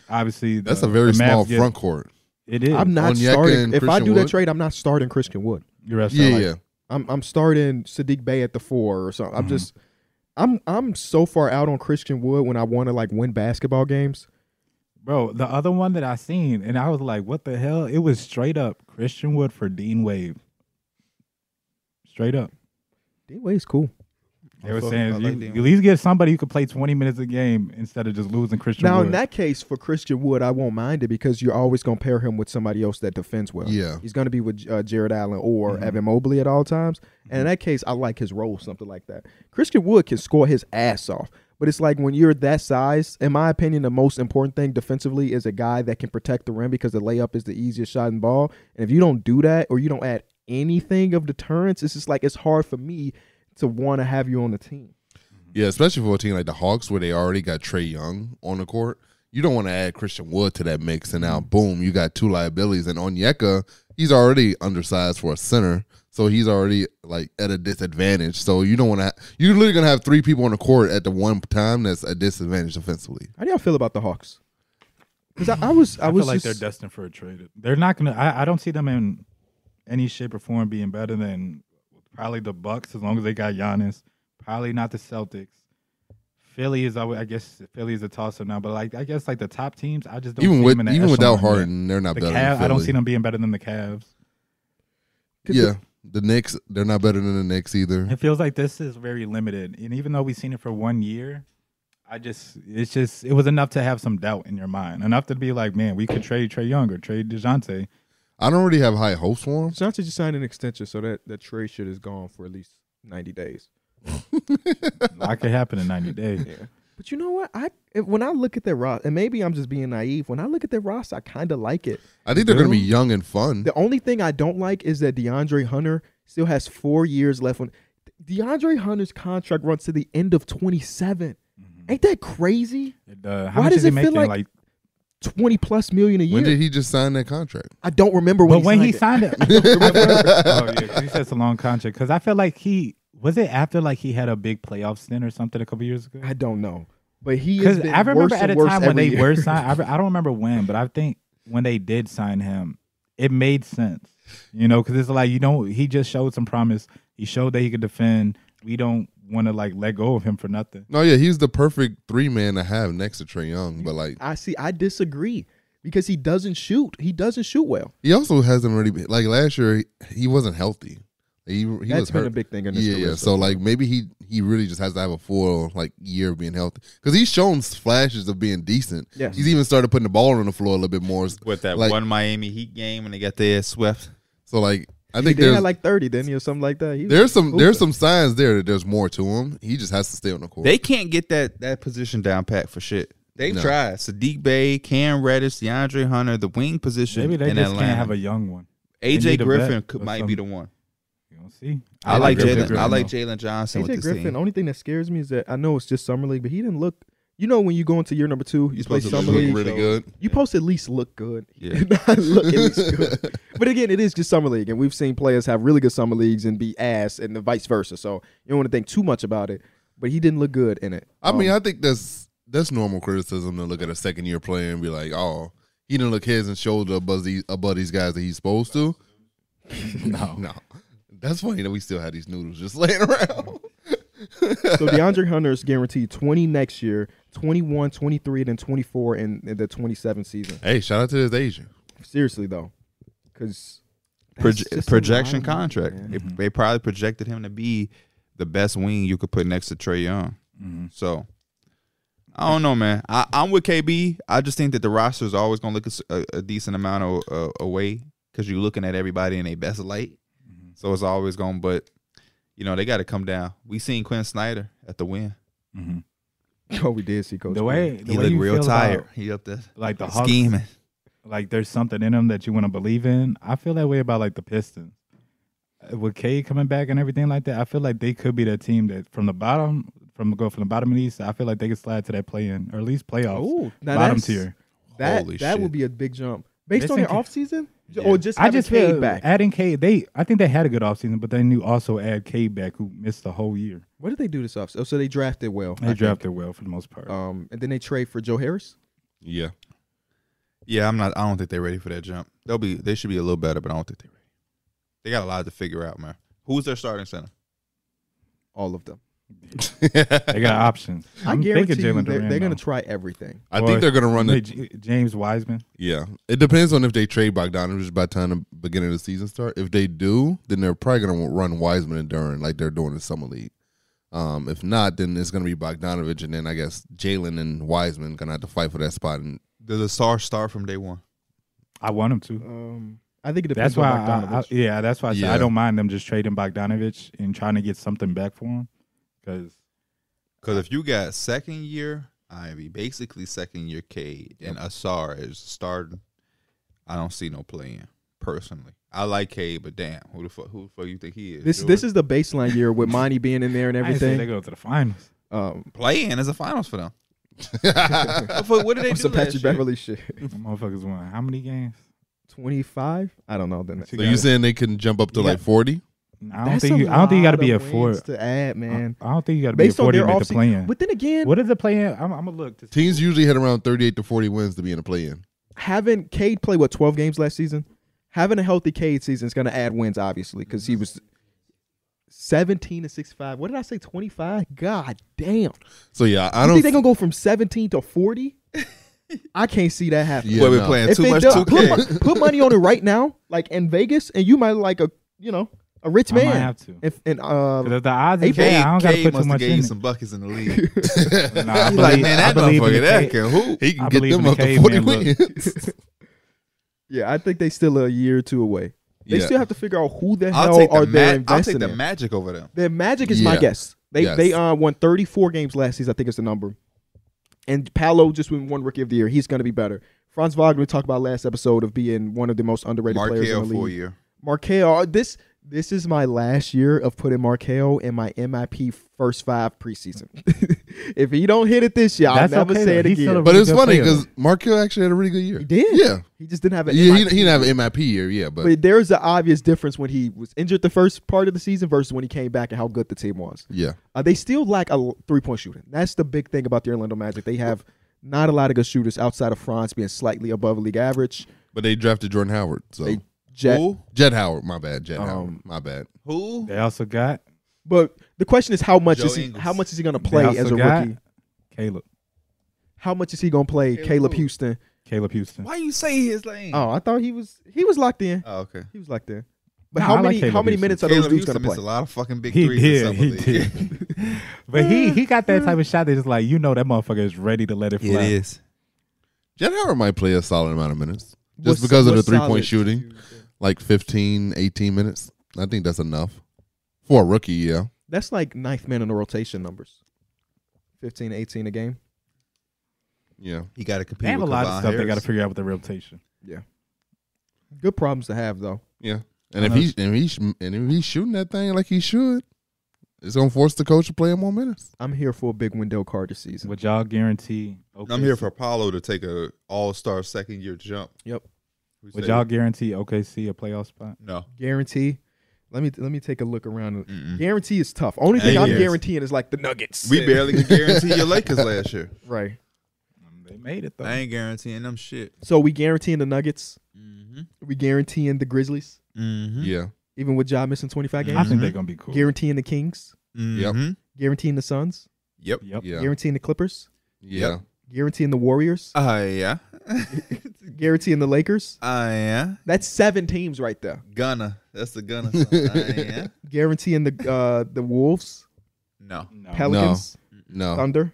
obviously the,
that's a very
the Mavs
small
get-
front court.
It is.
I'm not
Onyeka
starting.
and
If I
Christian
do that
Wood?
trade, I'm not starting Christian Wood.
You're right, so,
Yeah,
like,
yeah.
I'm I'm starting Sadiq Bay at the four or something. I'm
Mhm.
Mm-hmm.
just I'm I'm so far out on Christian Wood when I want to like win basketball games.
Bro, the other one that I seen and I was like, what the hell? It was straight up Christian Wood for Dean Wave. Straight up.
D Wade's cool.
They were
fuck- I
saying
like
you,
Dean
you
Wade.
at least get somebody who could play 20 minutes a game instead of just losing Christian
Now
Wood.
in that case for Christian Wood, I won't mind it because you're always gonna pair him with somebody else that defends well.
Yeah.
He's going to be with uh, Jared Allen or
Mhm.
Evan Mobley at all times. And in that case, I like his role, something like that. Christian Wood can score his ass off. But it's like when you're that size, in my opinion, the most important thing defensively is a guy that can protect the rim because the layup is the easiest shot in ball. And if you don't do that or you don't add anything of deterrence, it's just like it's hard for me to want to have you on the team.
Yeah, especially for a team like the Hawks, where they already got Trey Young on the court. you don't want to add Christian Wood to that mix, and now boom, you got two liabilities. And Onyeka, he's already undersized for a center, so he's already like at a disadvantage. So you don't want to. You're literally gonna have three people on the court at the one time that's a disadvantage offensively.
How do y'all feel about the Hawks? Because I, I was, I,
I, feel
was
like
just-
they're destined for a trade. They're not gonna. I, I don't see them in any shape or form being better than probably the Bucks as long as they got Giannis. Probably not the Celtics. Philly is always. I guess Philly is a toss up now, but like I guess like the top teams, I just don't
Even
see
with
them in that
even without
echelon yet.
Harden, they're not
The
better.
Cav,
than
I don't
Philly.
see them being better than the Cavs.
'cause
Yeah, the Knicks, they're not better than the Knicks either.
It feels like this is very limited, and even though we've seen it for one year, I just it's just it was enough to have some doubt in your mind, enough to be like, man, we could trade Trey Young or trade Dejounte.
I don't really have high hopes for him.
Johnson just signed an extension, so that that trade shit is gone for at least ninety days.
A lot could happen in ninety days.
Yeah. But you know what? I if, when I look at their roster, and maybe I'm just being naive. When I look at their roster, I kind of like it.
I think they're going to be
Dude.
young and fun.
The only thing I don't like is that DeAndre Hunter still has four years left on. DeAndre Hunter's contract runs to the end of 27. Ain't that crazy?
And, uh, how
Why
much
does
is he
it feel
making?
like-
Like,
Twenty plus million a year.
When did he just sign that contract?
I don't remember when.
but when he
signed
signed it, oh yeah, 'cause he said it's a long contract. Because I feel like he was it after like he had a big playoff stint or something a couple years ago.
it. I don't know. But he has
Because
been
I remember
worse
at a
and worse
time when
every
they
year.
were signed. I, re- I don't remember when, but I think when they did sign him, it made sense. You know, because it's like you know he just showed some promise. He showed that he could defend. We don't want to like let go of him for nothing.
No, yeah, he's the perfect three man to have next to Trey Young, but like
I see. I disagree because he doesn't shoot. He doesn't shoot well.
he also hasn't really been, like last year he, he wasn't healthy. He he was
That's been
hurt.
a big thing in this
yeah,
career.
yeah.
so
So like maybe he he really just has to have a full like year of being healthy because he's shown flashes of being decent.
Yes.
he's even started putting the ball on the floor a little bit more.
with that
Like-
one Miami Heat game when they got their ass swept.
So like I
I think
think
he did
there's
have like 30, didn't he, or something like that? He was
there's some
hooping.
there's some signs there that there's more to him. He just has to stay on the court.
They can't get that that position down pat for shit. They
No.
tried Sadiq Bay, Cam Reddish, DeAndre Hunter, the wing position.
Maybe they
in
just
Atlanta.
can't have a young one.
AJ
need a
Griffin
vet
could,
or
might be the one.
You know, see,
I, like
Griffin
Jalen. I
Griffin,
like
though.
Jalen Johnson with
AJ
this
Griffin.
team.
Only thing that scares me is that I know it's just summer league, but he didn't look. You know, when you go into year number two, you,
He's
play
supposed to
summer
look
league.
really
so
good.
You post at least look good.
Yeah.
You not look at least good. But again, it is just summer league, and we've seen players have really good summer leagues and be ass, and the vice versa. So you don't want to think too much about it. But he didn't look good in it.
I mean, I think that's that's normal criticism to look at a second year player and be like, oh, he didn't look heads and shoulder above these above these guys that he's supposed to. no, no, that's funny that we still had these noodles just laying around.
so DeAndre Hunter is guaranteed 20 next year, 21, 23, and then 24 in, in the 27 season.
hey, shout out to this Asian.
Seriously though, because
Proje- projection contract. They, they probably projected him to be the best wing you could put next to Trey Young.
Mm-hmm.
So I don't know, man. I, I'm with KB. I just think that the roster is always going to look a s- a, a decent amount of, uh, away because you're looking at everybody in their best light.
Mm-hmm.
So it's always going. But you know they got to come down. We seen Quinn Snyder at the win.
Oh, we did see Coach.
the way the
He
way
looked
you
real
feel about,
tired. He up there
like the Hawks,
scheming.
like there's something in them that you want to believe in. I feel that way about like the Pistons. Uh, With K coming back and everything like that, I feel like they could be that team that from the bottom, from go from the bottom of the East, I feel like they could slide to that play in or at least playoffs,
Ooh, now
bottom
that's-
tier.
That
Holy
that
shit.
would be a big jump based
They
on their
think-
offseason? J- or just
I
having
just
Cade
feel
back.
adding K. They, I think they had a good offseason, but they knew also add K back who missed the whole year.
what did they do this offseason? Oh, so they drafted well. I
They
think.
drafted well for the most part.
Um, and then they trade for Joe Harris.
Yeah,
Yeah, I'm not. I don't think they're ready for that jump. They'll be. They should be a little better, but I don't think they're ready. They got a lot to figure out, man. Who's their starting center?
All of them.
they got options.
I
I'm thinking
guarantee you
Jalen
they're,
Duran,
they're going
though.
to try everything.
I
Or-
think they're gonna run the.
Hey, J- James Wiseman.
Yeah, it depends on if they trade Bogdanovich by the time the beginning of the season start. If they do, then they're probably gonna run Wiseman and Duran like they're doing in summer league. Um, if not, then it's gonna be Bogdanovich, and then I guess Jalen and Wiseman gonna have to fight for that spot. And
Does a star start from day one?
I want him to.
Um, I think it depends
That's why,
on
I, I,
Bogdanovich.
yeah, that's why I, said
Yeah.
I don't mind them just trading Bogdanovich and trying to get something back for him because
Because if you got second year Ivy, basically second year Cade, and Asar is starting, I don't see no playing personally. I like Cade, but damn, who the fuck? Who the fuck you think he is?
this this is the baseline year with Monty being in there and
I didn't say
everything.
They go to the finals.
Um,
playing as a finals for them. What, the fuck- what did they
Or
do
some
last
Patrick
year?
Beverly shit.
motherfuckers won how many games?
25? I don't know. Then
So you saying they couldn't jump up to
You
like forty?
I don't think you. I don't think you got to be a four.
to add, man.
I don't think you got to be a
Based on
forty
their
to make the play
offseason.
in.
But then again,
What is the play in? I'm, I'm gonna look. To see.
Teams usually hit around thirty-eight to forty wins to be in a play-in.
having Cade play what 12 games last season, having a healthy Cade season is going to add wins obviously cuz
Mm-hmm.
he was 17 to 65. What did I say 25? God damn.
So yeah, I
I
don't.
think they're going to go from 17 to 40? I can't see that happening.
Yeah,
Boy, we
no.
playing
If
too
they
much
do-
2K.
put, put money on it right now like in Vegas and you might like a, you know, a rich
I might
man.
have to.
If and uh
'Cause if the odds
Hey,
is there, I don't got to
Cade
put too
must have
much
gave you
in.
some buckets in the league.
it. Nah, I
He's like,
believe-
man,
I
that
believe in
motherfucker,
the
that
Cade-
can hoop.
he can
I
get
believe
them
in the
up to
caveman
forty
look.
wins.
yeah, I think they still a year or two away. They
Yeah.
still have to figure out who the
I'll
hell
take
are
the,
they
ma- I'll
investing
take the
in.
magic over them.
The Magic is my
Yeah.
guess. They
Yes.
they uh, won 34 games last season. I think it's the number. And Paolo just won one Rookie of the Year. He's going to be better. Franz Wagner we talked about last episode of being one of the most underrated players in
Markel
the
for
league.
you.
Markel, uh, this this is my last year of putting Markel in my MIP first five preseason. if he don't hit it this year,
That's
I'll never
okay,
say
though.
it
He's still
again.
a-
But it's
Good
funny
player,
because Markel actually had a really good year.
He did.
Yeah.
He just didn't have an
Yeah, he,
MIP.
he didn't have an MIP year, yeah, but,
but there's an obvious difference when he was injured the first part of the season versus when he came back and how good the team was.
yeah,
Uh, they still lack a three point shooting. That's the big thing about the Orlando Magic. They have not a lot of good shooters outside of Franz being slightly above league average.
but they drafted Jordan Howard, so
They jet.
Who?
Jed Howard, my bad, Jed
Um,
Howard, my bad.
Who?
They also got
But the question is, how much
Joe
is he?
Ingles.
How much is he going to
They
play
also
as a
got-
rookie?
Caleb.
How much is he going to play?
Caleb
Caleb
who?
Houston.
Caleb Houston.
Why you say his name?
Oh, I thought he was he was locked in.
Oh, okay.
He was locked in. But
Nah,
how
I like
many
Caleb
how many
Houston.
minutes are
Caleb
those dudes
Houston
going to
missed
play?
a lot of fucking big
He
threes.
did,
in
he
summer league.
did. But he he got that type of shot that is like you know that motherfucker is ready to let it fly.
it is.
Jed Howard might play a solid amount of minutes
What's-
just because of the
what's
three point
solid?
shooting, like 15, 18 minutes. I think that's enough for a rookie, yeah.
That's like ninth man in the rotation numbers. 15 18 a game.
Yeah,
He got to compete.
They have a
with
lot of
Kevon
stuff they got to
Harris.
figure out with the rotation.
Good problems to have though.
yeah. And
I
if
know.
he's and he's and if he's shooting that thing like he should, it's gonna force the coach to play him more minutes.
I'm here for a big window card this season.
Would y'all guarantee? OKC,
I'm here for Apollo to take a All Star second year jump.
Yep.
Who
Would
said
y'all
it?
guarantee OKC a playoff spot?
No.
guarantee. Let me let me take a look around.
Mm-mm.
Guarantee is tough. Only thing
It
I'm
is.
guaranteeing is like the Nuggets.
We barely could guarantee your Lakers last year.
right.
Um, They made it though.
I ain't guaranteeing them shit.
So we guaranteeing the Nuggets.
Mm-hmm.
We guaranteeing the Grizzlies,
Mm-hmm.
Yeah,
even with Ja missing 25
I
games.
think they're gonna be cool.
Guaranteeing the Kings.
Yep.
Mm-hmm.
Guaranteeing the Suns.
Yep.
Yep.
yeah,
Guaranteeing the Clippers.
yeah.
Yep.
Guaranteeing the Warriors.
Uh, yeah.
guaranteeing the Lakers.
Uh, yeah.
That's seven teams right there.
Gunna. That's the Gunna. song. Uh, yeah.
Guaranteeing the uh, the Wolves,
No.
No.
Pelicans,
No,
Thunder,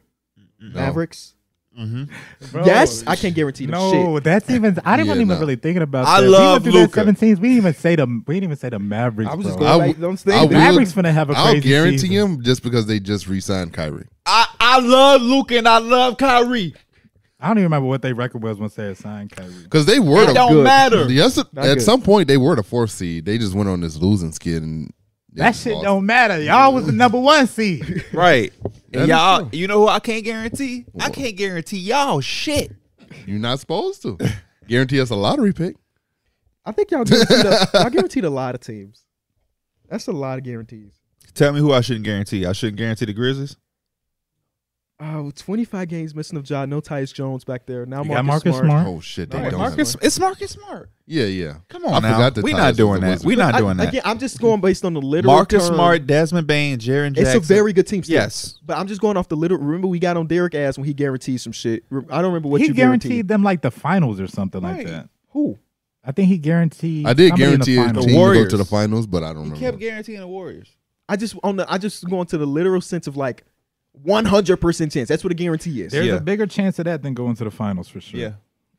no.
Mavericks.
Mm-hmm.
Bro,
Yes, I can't guarantee them
No, that's even. I didn't
Yeah,
wasn't even
no.
really thinking about.
I
that.
love
we went through that
Luka.
17s. We didn't even say the. We didn't even say the Mavericks.
shit. I was just
bro.
going
I
back
w-
those
I
things.
will-
Mavericks gonna have a crazy.
I'll guarantee
season.
him just because they just re-signed Kyrie.
I, I love Luke and I love Kyrie.
I don't even remember what their record was once they had signed Kyrie.
Because they were
it
the
don't
good.
matter.
Yes, at
Not good.
some point they were the fourth seed. They just went on this losing skid and they
That
just
shit
lost.
don't matter. Y'all was the number one seed.
Right. And
That is
y'all,
true.
you know who I can't guarantee? I can't guarantee y'all shit.
You're not supposed to guarantee us a lottery pick.
I think y'all guaranteed, a, y'all guaranteed a lot of teams. That's a lot of guarantees.
Tell me who I shouldn't guarantee. I shouldn't guarantee the Grizzlies.
Oh, 25 games missing of Ja, no Tyus Jones back there. Now
You
Marcus,
got Marcus
Smart.
Smart.
Oh shit, they
No,
don't.
Marcus-
have-
it's Marcus Smart.
yeah, yeah.
Come on
I
now.
forgot that
We're
Tyus
not
was a
doing that.
Wizard.
We're not
I-
doing that.
Again, I'm just going based on the literal
Marcus
term.
Smart, Desmond Bain, Jaron Jackson.
It's a very good team. Still.
yes.
But I'm just going off the literal. Remember, we got on Derek ass when he guaranteed some shit. Re- I don't remember what
he
you
guaranteed, them like the finals or something like that.
Who?
I think he guaranteed.
I did
somebody in
guarantee
the
a
finals.
team to go
Warriors.
to the finals, but I don't remember.
guaranteeing the Warriors.
I just on the. I just going to the literal sense of like 100 percent chance. That's what a guarantee is.
There's
Yeah.
a bigger chance of that than going to the finals for sure.
Yeah.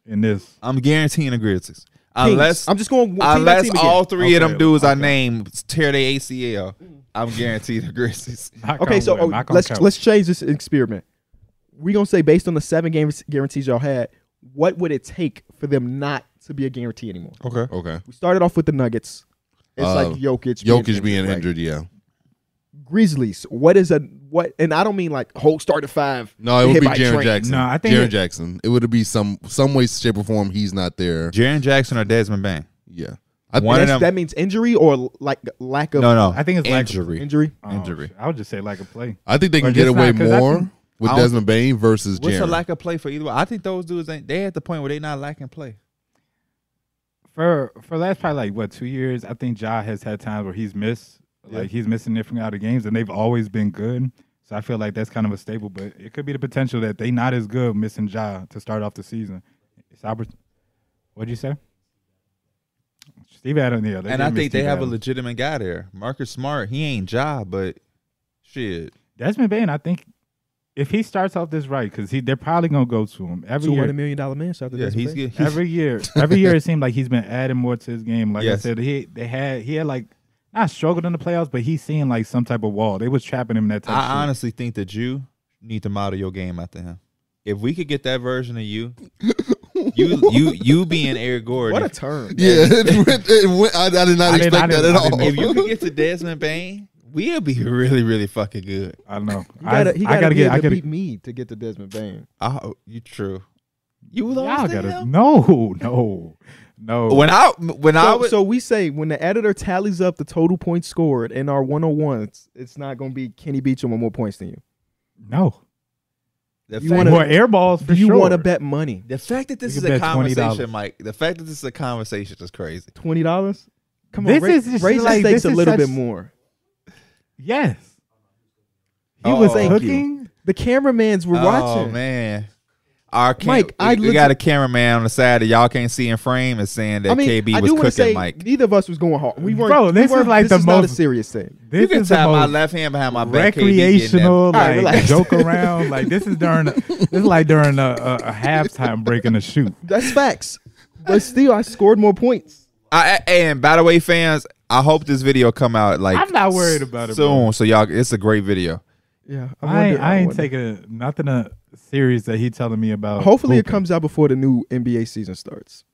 In this,
I'm guaranteeing the Grizzlies.
Kings.
Unless
I'm just going. team by
unless
team again.
all three of
Okay,
them dudes I
okay.
named tear their ACL, I'm guaranteeing the Grizzlies.
Knock
Okay,
on
so
wood,
oh,
knock on
let's
couch.
let's change this experiment. We're gonna say based on the seven games guarantees y'all had, what would it take for them not to be a guarantee anymore?
Okay.
Okay,
We started off with the Nuggets. It's
Uh,
like Jokic.
Jokic being
right?
injured, yeah.
Grizzlies. What is a what? And I don't mean like whole start at five.
No, it
hit
would be
by
Jaron
train.
Jackson.
No, I think
Jaron
it-
Jackson. It would be some some way, shape, or form. He's not there.
Jaron Jackson or Desmond Bain?
Yeah, I
One
think-
of
That's-
them-
That means injury or like lack of
No, no.
I think it's like-
injury.
injury.
Oh,
Injury.
shit. I would just say like a play.
I think they can
But
get
it's
away
not, 'cause I
more
think-
with
I don't-
Desmond Bain versus
What's the
Jaron.
lack of play for either one? I think those dudes ain't. They at the point where they not lacking play.
For for last probably like what two years, I think Ja has had times where he's missed, like he's missing different out of games, and they've always been good. So I feel like that's kind of a staple, but it could be the potential that they not as good missing Ja to start off the season. It's oppor- What'd you say? Steve Adams, yeah,
and I think they have a legitimate guy there. Marcus Smart, he ain't Ja, but shit.
Desmond Bain. I think if he starts off this right, because he they're probably gonna go to him every
Two
year.
hundred million dollar man. Shout out to
Yeah,
Desmond
he's
Bain.
good. He's,
every year, every year it seemed like he's been adding more to his game. Like
Yes.
I said, he they had he had like not struggled in the playoffs, but he's seen like some type of wall. They was trapping him in that type.
I
of shit.
honestly think that you need to model your game after him. If we could get that version of you, you you you being Eric Gordon.
What a turn.
Yeah, it went- it went- I, I did not
I didn't-
expect
I
that
didn't- I
at all.
didn't-
if you could get to Desmond Bain, we'll be really really fucking good.
I don't know.
You gotta,
I,
he gotta,
I gotta
be
get.
able
I
to
gotta.
beat me to get to Desmond Bain.
Oh, you true. You
y'all
lost to
gotta.
him.
No, no, no.
When I when I
So,
was
so we say when the editor tallies up the total points scored in our 101s, it's not going to be Kenny Beecham with more points than you.
no.
the
you
fact-
wanna-
More air balls
Do
for
you
sure.
want to bet money?
The fact that this
You
is
can
a
bet $20.
conversation, Mike. The fact that this is a conversation is crazy.
Twenty dollars? Come on,
This
raise,
is just
raise
like-
the stakes
this
a
is
little
such-
bit more.
Yes. He
Oh,
was
thank
you.
cooking.
The cameramans were
Oh
watching.
man, our cam-
Mike,
we,
I
we
legit-
got a cameraman on the side that y'all can't see in frame is saying that
I mean,
KB
I
was
do want
cooking
to say
Mike.
neither of us was going hard. We weren't.
Bro,
we
this is
weren't-
like
this
the
is not a
most-
serious thing.
This
you can
is the
tap my
most
left hand behind my back. KB getting
recreational,
that. All right,
like
relax.
joke around. Like this is during. This is like during a, a, a halftime break in a shoot.
That's facts. But still, I scored more points.
that. I, I- and by the way, fans, I hope this video come out like
I'm not worried about it,
soon.
bro.
So y'all, it's a great video.
Yeah,
I ain't,
wonder-
I ain't
wonder.
taking nothing uh, serious that he telling me about.
Hopefully, it
hooping.
comes out before the new NBA season starts.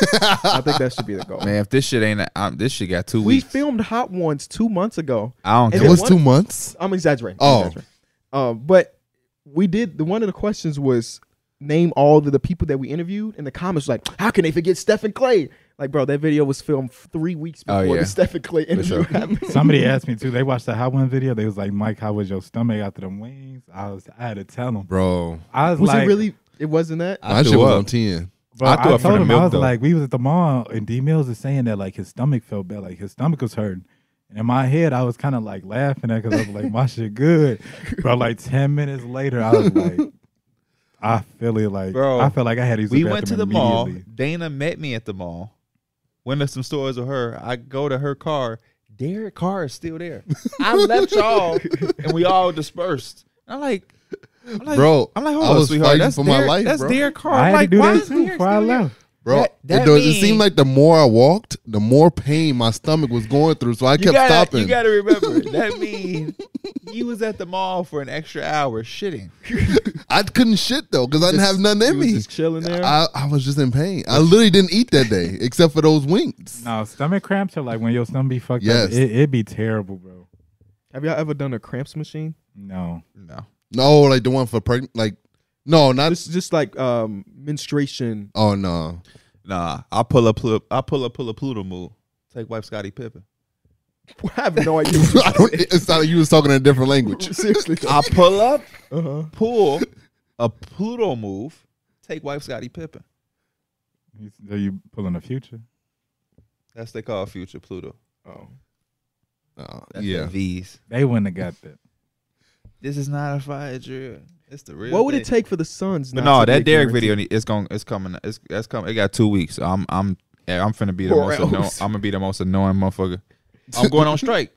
I think that should be the goal.
Man, if this shit ain't, I'm, this shit got two
We
weeks.
filmed Hot Ones two months ago.
I don't
and
care.
It
then
was
one-
two months.
I'm exaggerating.
Oh.
I'm exaggerating. Uh, but we did. The one of the questions was name all of the people that we interviewed, and the comments were like, how can they forget Stephen Clay? Like, bro, that video was filmed three weeks
Oh,
before
yeah.
the Stephen Clay interview
sure.
happened.
Somebody asked me too. They watched the Hot One video. They was like, "Mike, how was your stomach after them wings?" I was. I had to tell them.
Bro,
I was,
Was
like,
it really? It wasn't that.
I
my shit
threw
was
up.
on ten.
Bro,
I
I,
threw up for
told
the
him.
milk,
I was
though.
like, we was at the mall, and D Mills is saying that like his stomach felt bad, like his stomach was hurting. And in my head, I was kind of like laughing at because I was like, my shit good. Bro, like ten minutes later, I was like, I feel it, like
Bro,
I felt like I had these.
we went to the mall. Dana met me at the mall. Went to some stores with her. I go to her car. Derek car is still there. I left y'all, and we all dispersed. I'm like, I'm like
Bro,
I'm like, hold
I
on,
was
sweetheart.
fighting
That's
for my
Derek,
life,
That's
bro.
Derek car.
I
I'm
had
like,
to do
why
that
is
too
Derek
before I
still here?
left.
Bro,
That- that
it, does, it
means-
seemed like the more I walked, the more pain my stomach was going through. So I
You
kept
gotta,
stopping.
you gotta remember that means he was at the mall for an extra hour shitting.
I couldn't shit though because I didn't have nothing in
You was
me.
just chilling there.
I, I was just in pain. I literally didn't eat that day except for those wings.
No, stomach cramps are like when your stomach be fucked
Yes.
up. It, it be terrible, bro.
Have y'all ever done a cramps machine?
No.
No,
No, like the one for pregnant. Like, no, not.
It's just like um, menstruation.
oh no,
nah. I pull up, pull up, I pull up, pull up Pluto move. Take wife Scotty Pippen.
I have no idea. what
I don't, it sounded you was talking in a different language.
you- Seriously,
I pull up,
uh-huh.
pull a Pluto move. Take wife Scotty Pippen.
You, so you pulling the future.
That's they call future Pluto.
oh.
No,
That's the
yeah,
V's.
They wouldn't have got that.
This is not a fire drill. It's the real.
What would
thing.
it take for the Suns?
But
not
no,
to
that
be a
Derek
guarantee?
video, need- it's going, it's coming, it's that's coming. It got two weeks. So I'm, I'm, yeah, I'm finna be the
Or
most. Anno-
else.
I'm gonna be the most annoying motherfucker. I'm going on strike.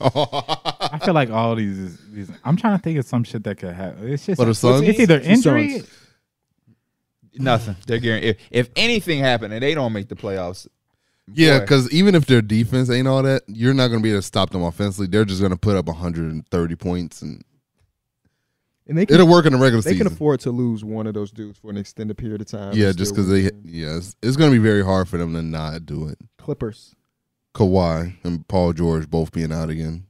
I feel like all these is these I'm trying to think of some shit that could happen. It's just
For the Suns?
it's either injury
Suns.
Nothing. They're guaranteed. If, if anything happened and they don't make the playoffs,
yeah.
boy,
Because even if their defense ain't all that, you're not gonna be able to stop them offensively. They're just gonna put up 130 points, and
and they can,
it'll work in the regular
they can
season.
afford to lose one of those dudes for an extended period of time.
yeah,
and
just
still
because they,
win.
yeah, it's, it's gonna be very hard for them to not do it.
Clippers.
Kawhi and Paul George both being out again.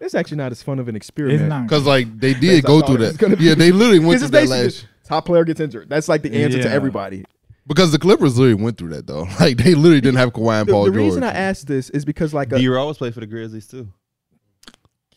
It's actually not as fun of an experiment.
It's not
Because like they
That's
did go
how
through
it's
that.
gonna be.
Yeah, they literally went
This
through
is
that
basically
last.
just top player gets injured. That's like the answer to
Yeah.
everybody.
Because the Clippers literally went through that though. Like they literally didn't have Kawhi and
The,
Paul
the
George.
reason I asked this is because like a,
D Rose played for the Grizzlies too.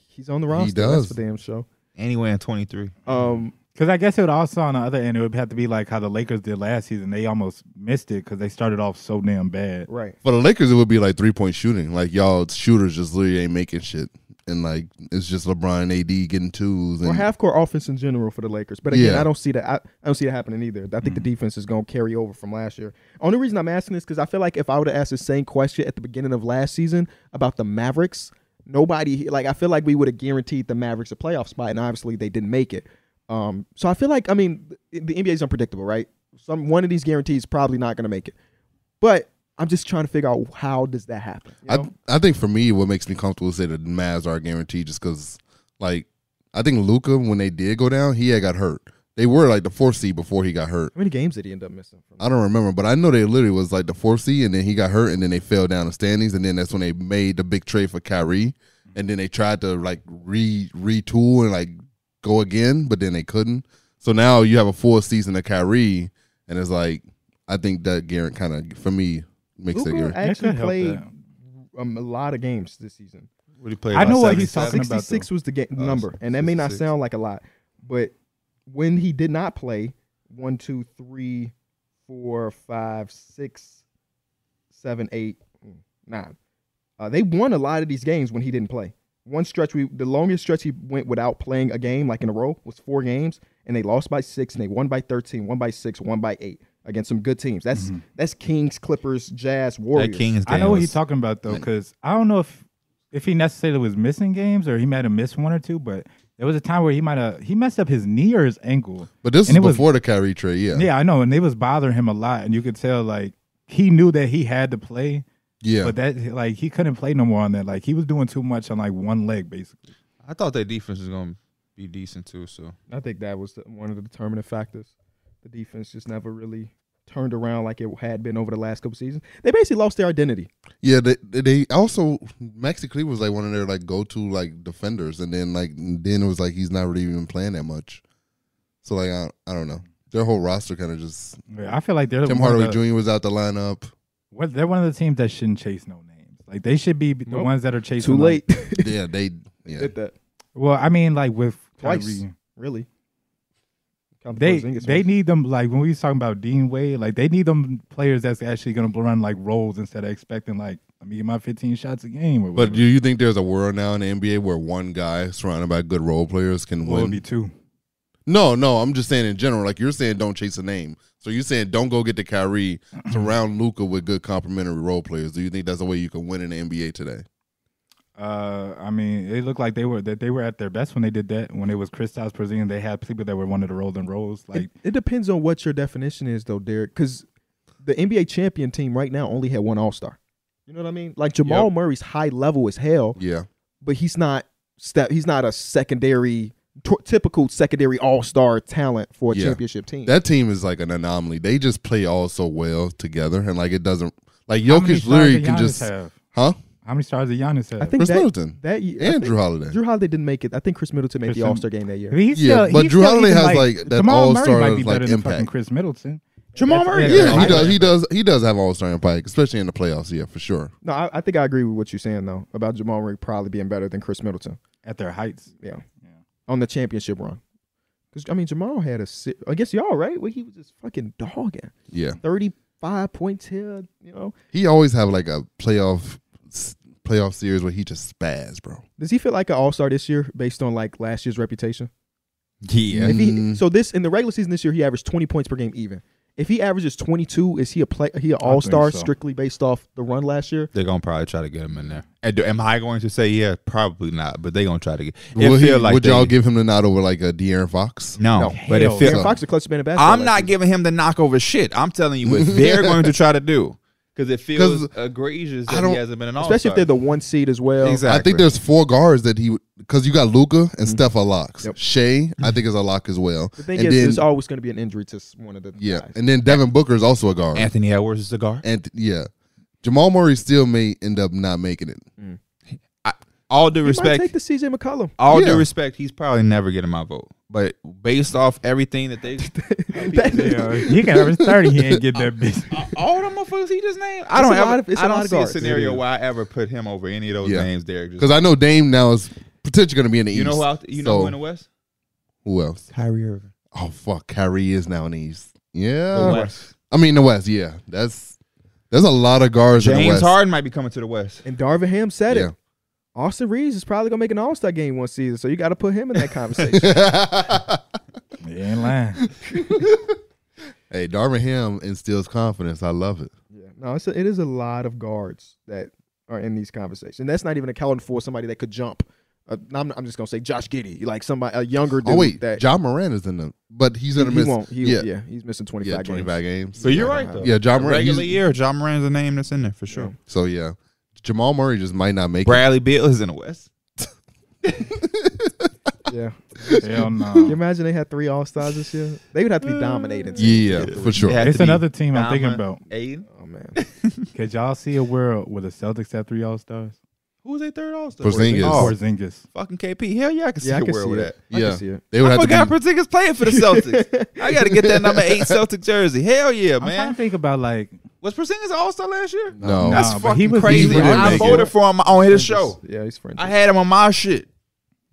he's on the roster.
does.
That's the damn show.
Anyway, in 23.
Um,
Because I guess it would also on the other end, it would have to be like how the Lakers did last season. They almost missed it because they started off so damn bad.
right.
For the Lakers, it would be like three point shooting. Like y'all shooters just literally ain't making shit, and like it's just LeBron and AD getting twos.
Or
And
half court offense in general for the Lakers. But again,
Yeah. Mm-hmm.
I don't see that. I, I don't see that happening either. I think the defense is going to carry over from last year. Only reason I'm asking this because I feel like if I would have asked the same question at the beginning of last season about the Mavericks, nobody like I feel like we would have guaranteed the Mavericks a playoff spot, and obviously they didn't make it. Um, so I feel like I mean the, the NBA is unpredictable, right? Some one of these guarantees probably not going to make it, but I'm just trying to figure out how does that happen. you know?
I I think for me, what makes me comfortable is say the Mavs are guaranteed, just because like I think Luca when they did go down, he had got hurt. They were like the fourth seed before he got hurt.
how many games did he end up missing? From
I don't remember, but I know they literally was like the fourth seed, and then he got hurt, and then they fell down the standings, and then that's when they made the big trade for Kyrie, and then they tried to like re retool and like go again, but then they couldn't. So now you have a full season of Kyrie, and it's like I think that Garrett kind of for me makes it.
Luka
Garrett.
That
actually
could help
played
that.
um, a lot of games this season.
What he played?
I know
about
what he's talking
77?
about,
66 was the ga-
Oh,
number, and that may not
66.
sound like a lot, but when he did not play, one, two, three, four, five, six, seven, eight, mm, nine. Uh, they won a lot of these games when he didn't play. One stretch, we the longest stretch he went without playing a game like in a row was four games, and they lost by six, and they won by 13, one by six, one by eight against some good teams. That's that's Kings, Clippers, Jazz, Warriors.
That Kings game
I know what
was-
he's talking about though, because I don't know if if he necessarily was missing games or he might have missed one or two, but there was a time where he might have he messed up his knee or his ankle.
But this
And
is
it was-
before the Kyrie trade, yeah,
Yeah. I know, and it was bothering him a lot, and you could tell like he knew that he had to play,
yeah.
but that like he couldn't play no more on that. Like he was doing too much on like one leg basically.
I thought that defense was gonna be decent too. So
I think that was the, one of the determining factors. The defense just never really turned around like it had been over the last couple seasons. They basically lost their identity.
Yeah, they, they also Maxi Cleaver was like one of their like go to like defenders, and then like then it was like he's not really even playing that much. So like I, I don't know, their whole roster kind of just
Yeah, I feel like they're
Tim
one of
Hardaway
the-
Jr. was out the lineup.
what, they're one of the teams that shouldn't chase no names. Like they should be the
Nope.
ones that are chasing.
Too
like-
late.
yeah, they yeah.
Did that
well, I mean, like with
Twice.
Kyrie,
really? Count the
they
Porzingis
they
ones.
need them. Like when we was talking about Dean Wade, like they need them players that's actually gonna run like roles instead of expecting like let me get my 15 shots a game. Or
But
whatever.
do you think there's a world now in the NBA where one guy surrounded by good role players can
Well, it
win?
would be two.
no, no, I'm just saying in general. Like you're saying, don't chase a name. So you're saying don't go get the Kyrie, surround Luca with good complementary role players. Do you think that's the way you can win in the NBA today?
Uh, I mean, it looked like they were that they were at their best when they did that. When it was Kristaps Porzingis, they had people that were one of the rolling roles. Like
It, it depends on what your definition is, though, Derek. Because the NBA champion team right now only had one All Star. You know what I mean? Like Jamal Murray's high level is hell,
Yeah.
but he's not step. He's not a secondary, t- typical secondary All Star talent for a
Yeah.
championship team.
That team is like an anomaly. They just play all so well together, and like it doesn't like
how many
Jokic
stars
literally
did
can
Giannis
just
have?
huh?
How many stars did Giannis have?
I think
Chris
that,
Middleton
that year, I
and
think-
Drew Holiday.
Drew Holiday didn't make it. I think Chris Middleton made
Chris
the
Mid-
All Star game that year.
But he's
Yeah,
still,
but
he's
Drew
still
Holiday
even,
has,
like,
like, that
Jamal Murray
all-star,
might be
like,
better than fucking
impact.
Chris Middleton.
Jamal
That's-
Murray?
that's-
yeah, he
I-
does. He does. He does have all star impact, especially in the playoffs. Yeah, for sure.
No, I, I think I agree with what you're saying though about Jamal Murray probably being better than Chris Middleton.
at their heights.
Yeah,
Yeah.
on the championship run. Because I mean, Jamal had a. si- I guess y'all right. Well, he was just fucking dogging
Yeah,
thirty five points here. You know,
he always have like a playoff s- playoff series where he just spaz, bro.
does he feel like an All Star this year based on like last year's reputation?
yeah,
If he
Mm.
so this in the regular season this year, he averaged twenty points per game even. If he averages twenty two, is he a play? He an
think
All Star
so.
strictly based off the run last year?
they're gonna probably try to get him in there. And do- am I going to say yeah? Probably not. But they're gonna try to get. It
Would, he-
feel like
would y'all
they-
give him the nod over like a De'Aaron Fox?
No,
No.
but it
Hell
feel,
Aaron Fox is clutch man of basketball.
I'm
last
not
season.
giving him the knockover shit. I'm telling you what they're going to try to do because it feels egregious
I
that
don't-
he hasn't been an all
especially if they're the one seed as well.
exactly.
I think there's four guards that he because you got Luca and Steph are locks.
Mm-hmm. Yep.
Shea, I think is a lock as well.
The thing
and
is,
then,
there's always going to be an injury to s- one of the
yeah,
guys.
and then Devin Booker is also a guard.
Anthony Edwards is the guard.
And yeah, Jamal Murray still may end up not making it.
all due
You might take
respect,
the CJ McCollum.
all
Yeah.
due respect, he's probably never getting my vote. But based off everything that they,
Yeah, he can average thirty. He ain't get that bitch.
all the motherfuckers he just named, I
It's
don't
a lot
ever,
of- it's
I
a lot
don't
of
see a
guards.
scenario
It is.
where I ever put him over any of those
Yeah.
names, Derek.
Because I know Dame now is potentially going to be in the
you
East.
know who out, you know who in the West?
who else?
Kyrie Irving.
Oh fuck, Kyrie is now in the East.
The
Yeah,
West.
I mean the West. Yeah, that's there's a lot of guards in the
James
West.
Harden might be coming to the West.
And Darvin Ham said
Yeah.
it. Austin Reeves is probably gonna make an All Star game one season, so you got to put him in that conversation.
He ain't lying.
hey, Darvin Ham instills confidence. I love it.
yeah, no, it's a, it is a lot of guards that are in these conversations. And that's not even accounting for somebody that could jump. Uh, I'm, I'm just gonna say Josh Giddy, like somebody a younger dude.
oh wait,
that
John Moran is in them, but he's
he,
gonna
he
miss.
won't. He, yeah.
yeah,
he's missing 25
yeah, twenty
games.
five games.
So you're right though.
Yeah, John Moran.
regular
he's-
year, John Moran's a name that's in there for sure.
So yeah, Jamal Murray just might not make
Bradley Beal is in the West.
Yeah,
Hell
Can you
no.
imagine they had three All Stars this year? They would have to be dominated.
it. Uh, Yeah, for sure.
Yeah.
It's
to be
another team I'm thinking
Dama,
about.
Aiden,
Oh man,
Could y'all see a world where the Celtics have three All Stars?
who was their third All Star?
Porzingis.
Oh,
Porzingis.
fucking KP. Hell yeah, I can see
yeah, I
a
can
world
see
with
it.
that.
I
Yeah.
can see it.
They would
I
have
forgot
to.
Porzingis playing for the Celtics. I got to get that number eight Celtic jersey. Hell yeah,
I'm trying
man.
to think about like
Was Porzingis an All Star last year?
Be, no,
Nah,
That's
but
fucking
he was-
crazy.
he really
I
made
voted
it.
for him on his show.
Yeah, he's French.
I had him on my shit.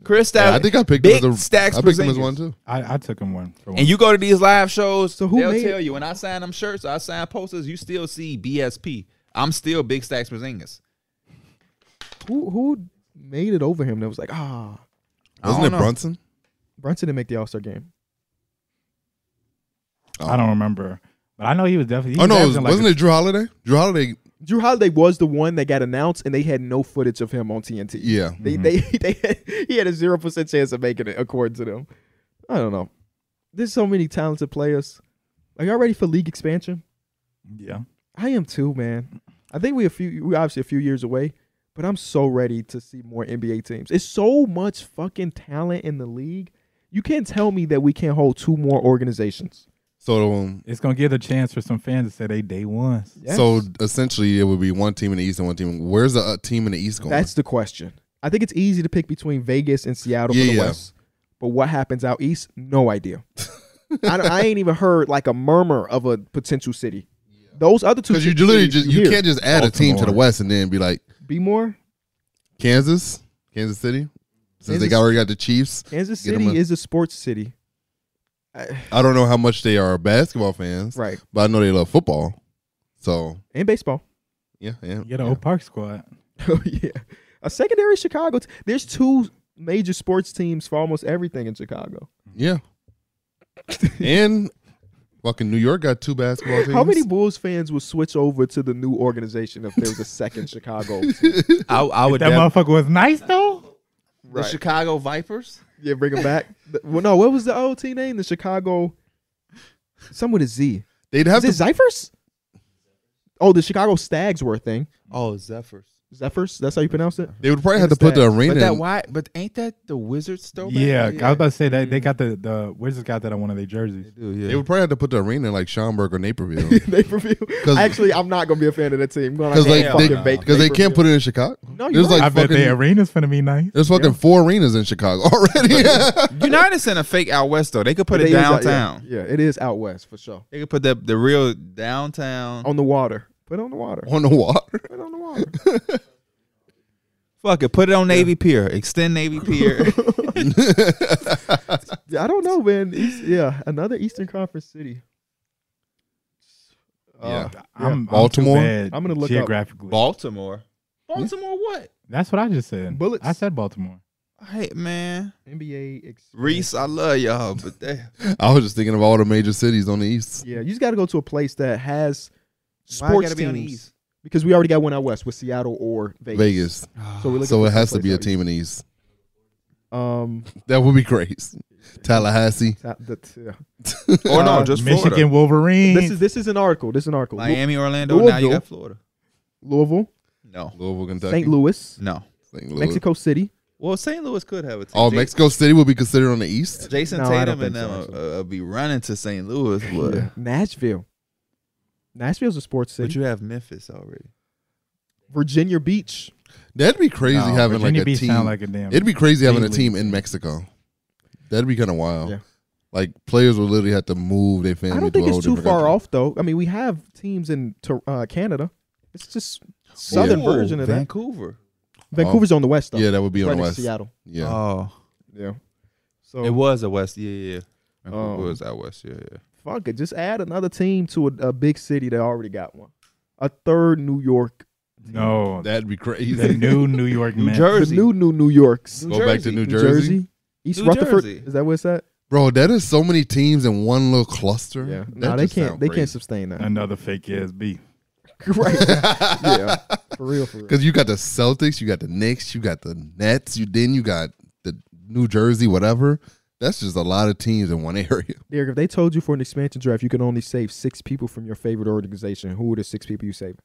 Chris Stapps,
Yeah, I think I picked
big
him as a,
stacks
I picked him as
Porzingis.
one too.
I, I took him one for one.
And you go to these live shows,
So who
they'll
made-
tell you. When I sign them shirts, I sign posters. You still see BSP. I'm still Big Stacks Porzingis.
who who made it over him that was like ah
I don't
Wasn't it
know.
Brunson?
Brunson didn't make the All Star game.
I don't remember, but I know he was definitely. he
Oh no, it was,
averaging,
wasn't
like
it Drew Holiday? Drew Holiday.
Drew Holiday was the one that got announced, and they had no footage of him on TNT.
Yeah, Mm-hmm.
They they, they had, he had a zero percent chance of making it, according to them. I don't know. There's so many talented players. Are y'all ready for league expansion?
a- Yeah,
I am too, man. I think we a few we obviously a few years away, but I'm so ready to see more NBA teams. It's so much fucking talent in the league. You can't tell me that we can't hold two more organizations.
So um,
it's gonna give a chance for some fans to say they day ones.
Yes.
so essentially, it would be one team in the East and one team. Where's the uh, team in the East going?
That's the question. I think it's easy to pick between Vegas and Seattle
Yeah,
for the
yeah.
West, but what happens out east? No idea. I, don't- I ain't even heard like a murmur of a potential city. Those other two
because you
ci-
literally
cities
just you
hear.
can't just add a team to the
Baltimore.
West and then be like
be more.
Kansas, Kansas City, since they
Kansas-
got, already got the Chiefs.
Kansas
Get 'em
City
a-
is a sports city, Uh,
I don't know how much they are basketball fans,
right?
but I know they love football. So
And baseball.
yeah, yeah,
Get an
yeah.
old Park squad.
Oh yeah, a secondary Chicago. T- There's two major sports teams for almost everything in Chicago.
yeah. and fucking New York got two basketball teams.
How many Bulls fans will switch over to the new organization if there was a second Chicago?
I, I would.
That
def-
motherfucker was nice though.
the Chicago Vipers.
Yeah, bring them back. The- well, no, what was the old team name? The Chicago, some with a Z.
They'd have
Is it
to.
Zephyrs? Oh, the Chicago Stags were a thing.
Oh, Zephyrs.
Zephyrs. That's how you pronounce it.
They would probably have to put the
But
arena.
But that
in-
why? But ain't that the Wizards though?
Yeah, I was about to say that they got the the Wizards got that on one of their jerseys.
they would probably have to put the arena in like Schaumburg or Naperville.
Naperville.
'Cause-
Actually, I'm not gonna be a fan of that team.
Because like
Hell
they,
no.
they, cause they can't put it in Chicago.
No, you're
there's
right.
like
I bet
fucking,
their arena's gonna be nice.
there's fucking four arenas in Chicago already.
United sent a fake out west though. They could put it
They is out-
downtown.
Yeah, yeah, it is out west for sure.
They could put the the real downtown.
On the water. Put it on the water.
On the water,
Put it on the water.
Fuck it. Put it on Navy Pier. Extend Navy Pier.
Yeah, I don't know, man. East, yeah, another Eastern Conference city. Uh,
I'm
Baltimore?
I'm, too bad
I'm gonna look up.
geographically.
Baltimore. Baltimore what?
That's what I just said.
Bullets.
I said Baltimore.
Hey man,
NBA. Experience.
Reese, I love y'all, but that,
I was just thinking of all the major cities on the east.
Yeah, you just got to go to a place that has
Why it
sports
gotta
teams because we already got one out west with Seattle or Vegas.
Vegas,
So we look
so it has to be a team in the east.
Um,
That would be great. Tallahassee,
ta- the t- yeah.
Or Oh, no,
Uh,
just
Michigan
Florida.
Wolverines.
this is this is an article. This is an article. Lu-
Miami, Orlando. Now
Louisville.
you got Florida.
Louisville,
No,
Louisville, Kentucky,
St. Louis,
no.
St. Louis.
Mexico City.
Well, St. Louis could have a team.
Oh,
J-
Mexico City would be considered on the east.
Jason
No, I don't
Tatum
think
and them
so,
uh, uh, be running to St. Louis, but
Yeah. Nashville. Nashville's a sports
but
city.
you have Memphis already.
Virginia Beach.
That'd be crazy
No,
having
Virginia
like a
Beach
team.
sound like a damn.
It'd be crazy having a
Big
team
league.
in Mexico. That'd be kind of wild.
Yeah.
Like players would literally have to move their family.
I don't
to
think
a whole
it's too
different
far
country.
off though. I mean, we have teams in Tor- uh, Canada. It's just southern
Ooh,
version of that.
Vancouver.
Vancouver's on the west though.
Yeah, that would be
right
on the
next to
west.
Seattle.
Yeah,
Oh,
Yeah. So
it was a West. Yeah, yeah. yeah. Vancouver
Um,
was out west. Yeah, yeah.
fuck it. Just add another team to a, a big city that already got one. A third New York.
no,
that'd be crazy.
the new New York
New
Mets.
The
Jersey.
new new New Yorks.
Go back to New
New
Jersey?
East
New
Rutherford.
Jersey.
Is that where it's at?
Bro, that is so many teams in one little cluster.
Yeah.
That
No, they
just
can't.
sound
They can't
crazy.
sustain that.
Another fake ass B.
right. Yeah. For real. For real.
Because you got the Celtics, you got the Knicks, you got the Nets, you then you got the New Jersey, whatever. That's just a lot of teams in one area.
Derek, if they told you for an expansion draft you can only save six people from your favorite organization, who are the six people you save?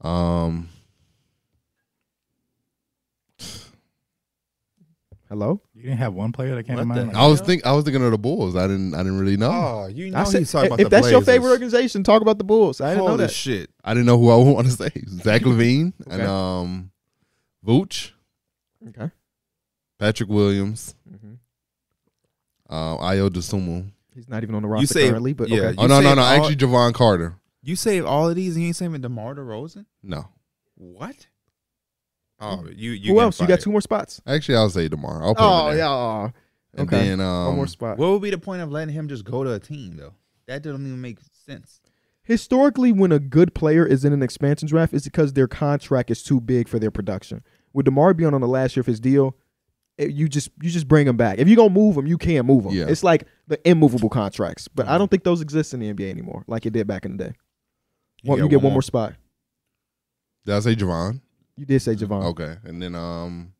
Um,
Hello.
You didn't have one player that came to
What the
mind.
I was think I was thinking of the Bulls. I didn't I didn't really know.
you
I said, if if that's your favorite organization, talk about the Bulls. I didn't know that.
shit.
I didn't know who I want to say. Zach Levine and
Okay.
um, Vooch,
okay.
Patrick Williams,
Mhm.
uh, Io DeSumo.
He's not even on the roster
say-
currently, but
yeah.
okay.
Oh
You
no no
saved
no!
all-
Actually, Javon Carter.
You save all of these and you ain't saving DeMar DeRozan?
No,
What? Oh, you you.
Who
getting
else? You got
fired.
two more spots.
actually, I'll say tomorrow. I'll put him
Oh
in there.
yeah. aw.
And
okay.
then um,
One more spot.
What would be the point of letting him just go to a team though? That doesn't even make sense.
Historically, when a good player is in an expansion draft, it's because their contract is too big for their production. With Demar being on the last year of his deal, it- you just you just bring him back. If you gonna move him, you can't move him.
Yeah. Mm-hmm.
It's like the immovable contracts, but I don't think those exist in the NBA anymore, like it did back in the day. One, you
got
get one more spot.
Did I say Javon?
You did say Javon.
Okay, and then um,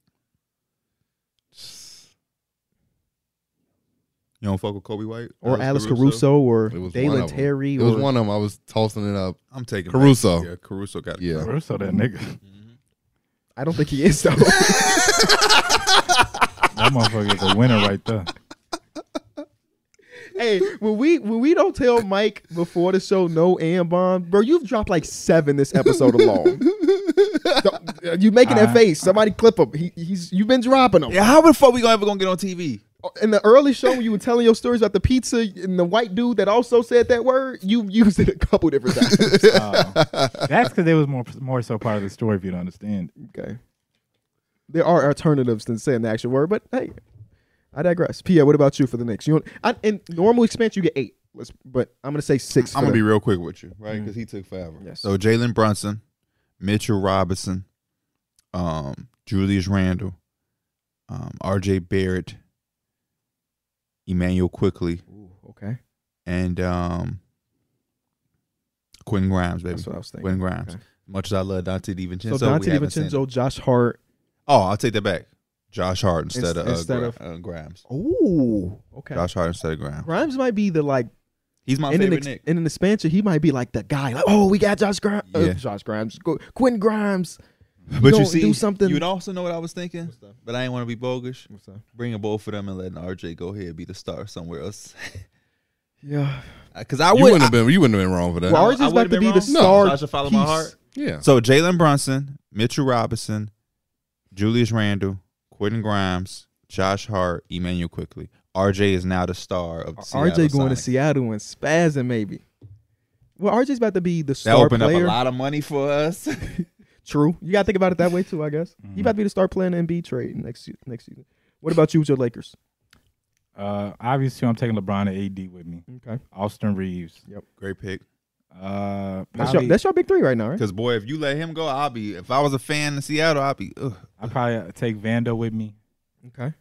You don't fuck with Kobe White
or Alice Caruso, or
It was one
Dalen
of 'em.
Terry.
it was
or,
one of them. I was tossing it up.
I'm taking
Caruso.
Yeah, Caruso got it.
Yeah,
Russo, that nigga.
I don't think he is though.
That motherfucker is a winner right there.
hey, when we when we don't tell Mike before the show no and bomb, bro, you've dropped like seven this episode alone. Don't- you making that
I-
face? Somebody clip him. He, he's you've been dropping them.
Yeah, how the fuck we gonna ever gonna get on TV?
In the early show, when you were telling your stories about the pizza and the white dude that also said that word, you used it a couple different times.
Uh, that's because it was more more so part of the story. If you don't understand,
okay. There are alternatives than saying the actual word, but hey, I digress. Pierre, what about you for the Knicks? You want, I, in normal expansion, you get eight, Let's, but I'm gonna say six. for
I'm gonna
the-
be real quick with you, right?
Mm-hmm.
Because he took forever.
Yes.
So Jalen Brunson, Mitchell Robinson, um, Julius Randle, um, R.J. Barrett, Emmanuel Quickly,
Ooh, okay.
and um, Quinn Grimes, baby.
That's what I was thinking.
Quinn Grimes.
Okay.
Much as I love Dante DiVincenzo,
So, Dante
we haven't seen him.
DiVincenzo, Josh Hart.
Oh, I'll take that back. Josh Hart instead of, uh,
instead
Gra-
of-
uh, Grimes.
Ooh, okay.
Josh Hart instead of Grimes.
Grimes might be the like
He's my
in an,
favorite
ex-
Nick.
in an expansion. He might be like the guy. Like, oh, we got Josh Grimes.
Yeah.
Josh Grimes. Go- Quinn Grimes.
But you
don't
see,
do something-
you'd also know what I was thinking, but I didn't want to be bogus.
What's that?
Bringing both of them and letting RJ go ahead be the star somewhere else.
Yeah.
Because I
you
would.
wouldn't have been. You wouldn't have been wrong for that.
Well,
I-
ours
Uh, I
is about
would've
to
been
be the
wrong?
star.
So I should follow my
piece.
heart?
yeah.
so Jalen Brunson, Mitchell Robinson, Julius Randle, Quentin Grimes, Josh Hart, Emmanuel Quickly. RJ is now the star of the Seattle
RJ going to
Sonics.
Seattle and spazzing maybe. Well, RJ's about to be the
That
star
opened
player.
up a lot of money for us.
True. You got to think about it that way too. I guess
Mm-hmm.
he about to be the star player in the NB trade next se- next season. What about you with your Lakers?
uh, obviously, I'm taking LeBron and AD with me.
Okay.
Austin Reeves.
Great pick.
Uh,
That's
probably,
your, that's your big three right now, right?
Because boy, if you let him go, I'll be. If I was a fan in Seattle, I'll be. Ugh.
I probably take Vando with me.
Okay.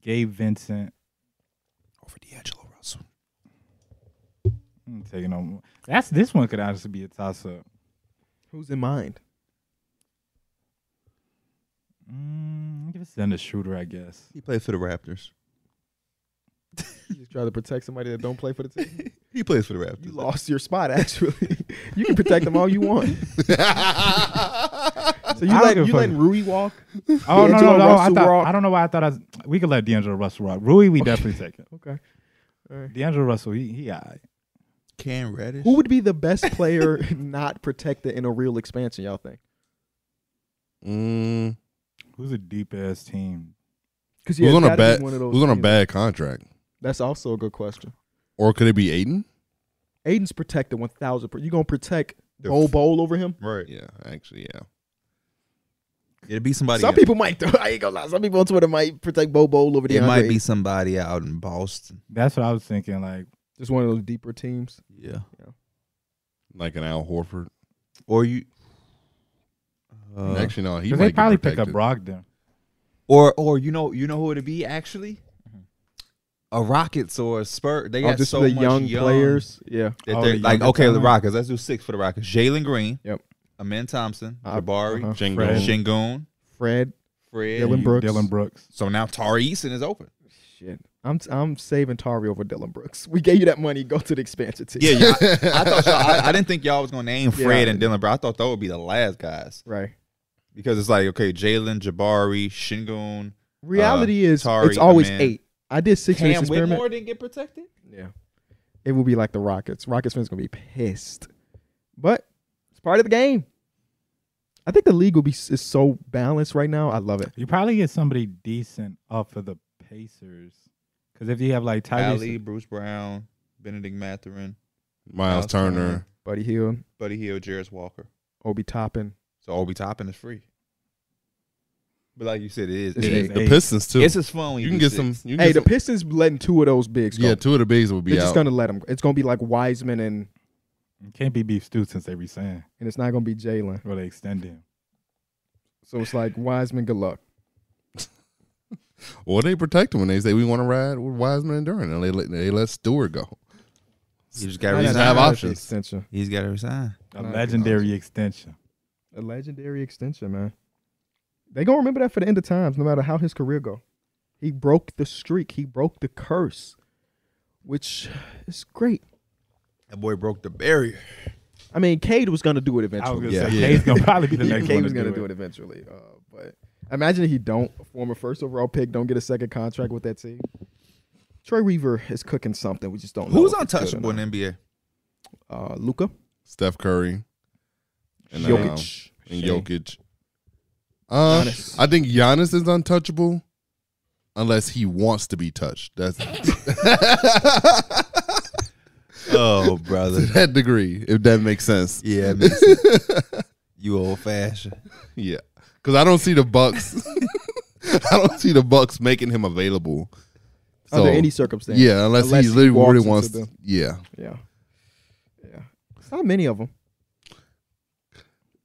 Gabe Vincent.
Over D'Angelo Russell.
I'm taking on. That's this one could honestly be a toss up.
Who's in mind?
Mm, give us another shooter, I guess.
He played for the Raptors.
You just try to protect somebody that don't play for the team.
He plays for the Raptors.
You lost your spot, actually. you can protect them all you want. So
I
you
don't
let
give a
you
fuck.
letting Rui walk?
Oh no,
D'Angelo
no, no! I
Russell
thought
Rock.
I don't know why I thought I was, we could let D'Angelo Russell rock. Rui, we definitely take it.
Okay.
D'Angelo Russell, he he. alright.
Cam Reddish.
Who would be the best player not protected in a real expansion? Y'all think?
Mm,
Who's a deep ass team?
Because
who's on a bad who's on a bad contract?
That's also a good question.
Or could it be Aiden?
Aiden's protected one thousand. You gonna protect
The
Bo
f-
Bowl over him?
Right.
Yeah, actually, yeah.
It'd be somebody.
Some people might. Though. I ain't gonna lie. Some people on Twitter might protect Bo Bowl over the.
it might be somebody out in Boston.
That's what I was thinking. Like,
just one of those deeper teams.
Yeah.
Like an Al Horford.
Or you. Uh,
actually, no, he
'cause
might
they
get
probably picked up
protected.
Brogdon.
Or or you know you know who it'd be actually. Mm-hmm. A Rockets or a Spur. They
Oh,
got
just
so
the
much
young players. Yeah,
that
Oh,
they're
the
like
younger
okay the
talent.
Rockets. Let's do six for the Rockets. Jalen Green.
Yep.
Amin Thompson.
Uh,
Jabari.
uh-huh.
Shingun.
Fred.
Shingun.
Fred.
Fred.
Dylan
You-
Brooks.
Dylan Brooks.
So now Tari Eason is open.
Shit, I'm I'm saving Tari over Dylan Brooks. We gave you that money. Go to the expansion team.
Yeah, yeah. I, I thought y'all, I, I didn't think y'all was gonna name
Yeah.
Fred and Dylan, but I thought that would be the last guys
right.
because it's like okay, Jalen, Jabari, Shingun,
Reality
Uh,
is
Tari,
it's always
Amin.
eight. I did six minutes
Cam
experiment.
Whitmore didn't get protected.
Yeah, it will be like the Rockets. Rockets fans gonna be pissed, but it's part of the game. I think the league will be is so balanced right now. I love it.
You probably get somebody decent off of the Pacers. Because if you have like Tyrese,
Ali, Bruce Brown, Benedict Mathurin,
Miles Turner.
Buddy Hill,
Buddy Hill, Jarris Walker.
Obi Toppin.
So Obi Toppin is free. But like you said, it is.
It's
It
eight.
is.
The
Eight.
Pistons too.
It's just fun. When
you
you
can
do
get
six.
some. You can
Hey,
get
the
some,
Pistons letting two of those bigs go.
yeah, two of the bigs will be
They're
out.
just gonna let them. It's gonna be like Wiseman and
it can't be beef stew since they resign
and it's not gonna be Jalen.
or they extend him.
So it's like Wiseman, good luck.
Or they protect him when they say we want to ride with Wiseman and Duran, and they let they let Stewart go.
You just got
Not
to
that-
resign. have
not that
options.
Extension,
He's got to resign.
A
Nah,
legendary extension.
a legendary extension, man. They gonna remember that for the end of times, no matter how his career go. He broke the streak. He broke the curse, which is great.
That boy broke the barrier.
I mean, Cade was gonna do it
I was
eventually.
gonna
Yeah,
say
yeah.
Cade's gonna probably be the next
Cade
one.
was
to
gonna
do it.
eventually. Uh, but imagine if he don't former first overall pick, don't get a second contract with that team. Troy Reaver is cooking something. We just don't know.
Who's
if it's good or
untouchable in
not.
the NBA?
Uh, Luca,
Steph Curry and, um,
Jokic,
and
Shea.
Jokic. Uh,
Giannis.
I think Giannis is untouchable unless he wants to be touched. That's
Oh,
to
brother.
that degree, if that makes sense.
Yeah, it makes sense. you old fashioned.
Yeah, because I don't see the Bucks. I don't see the Bucks making him available.
under
So,
any circumstance.
yeah, unless,
Unless
he
he
literally
walks
really
into
wants.
the-
yeah,
Yeah. Yeah. It's not many of them.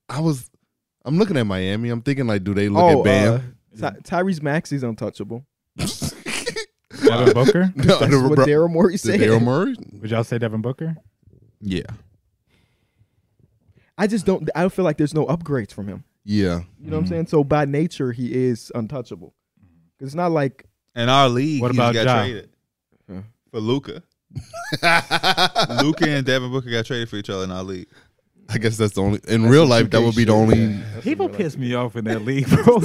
I was. I'm looking at Miami. I'm thinking like, do they look at Bam?
Uh, Ty- Tyrese Maxey's untouchable.
Devin Booker?
no,
That's
the,
what
bro-
Daryl Morey
the
said.
Daryl Murray.
Would y'all say Devin Booker?
Yeah.
I just don't I don't feel like there's no upgrades from him.
Yeah,
You know what I'm saying? So by nature he is untouchable. 'Cause It's not like
In our league,
What
he
about
got
Ja?
traded
Yeah.
for Luca. Luca and Devin Booker got traded for each other in our league.
I guess that's the only. In real life, that would be the only.
People piss me off in that league, bro.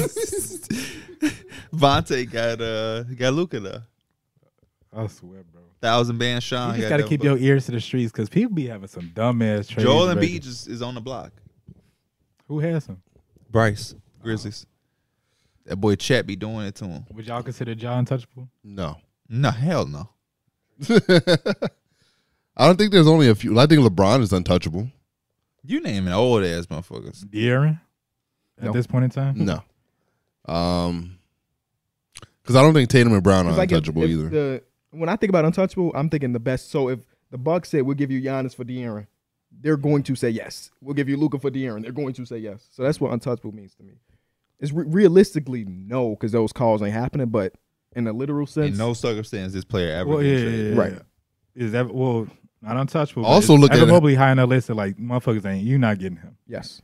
Vontae got uh got Luca though.
I swear, bro.
Thousand band Sean.
You just
got
gotta
Devin
keep your
Booker.
ears to the streets because people be having some dumbass trades.
Joel and
ready.
B just is on the block.
Who has him?
Bryce Grizzlies. Uh-huh. That boy Chet be doing it to him.
Would y'all consider John untouchable?
No,
No hell no.
I don't think there's only a few. I think LeBron is untouchable.
You naming old ass motherfuckers.
De'Aaron? At
No.
this point in time?
Hmm.
No, um, because I don't think Tatum and Brown are
it's like if-
untouchable
if
either.
the- when I think about untouchable, I'm thinking the best. So if the Bucks said we'll give you Giannis for De'Aaron, they're going to say yes. We'll give you Luca for De'Aaron, they're going to say yes. So that's what untouchable means to me. It's re- realistically no, because those calls ain't happening. But in a literal sense,
In no circumstance this player ever
Well,
get
yeah,
traded.
yeah, yeah.
Right.
Is that well not untouchable? but
Also
is
look at
Evan
it-
Mobley high on the list of like motherfuckers ain't you not getting him.
yes,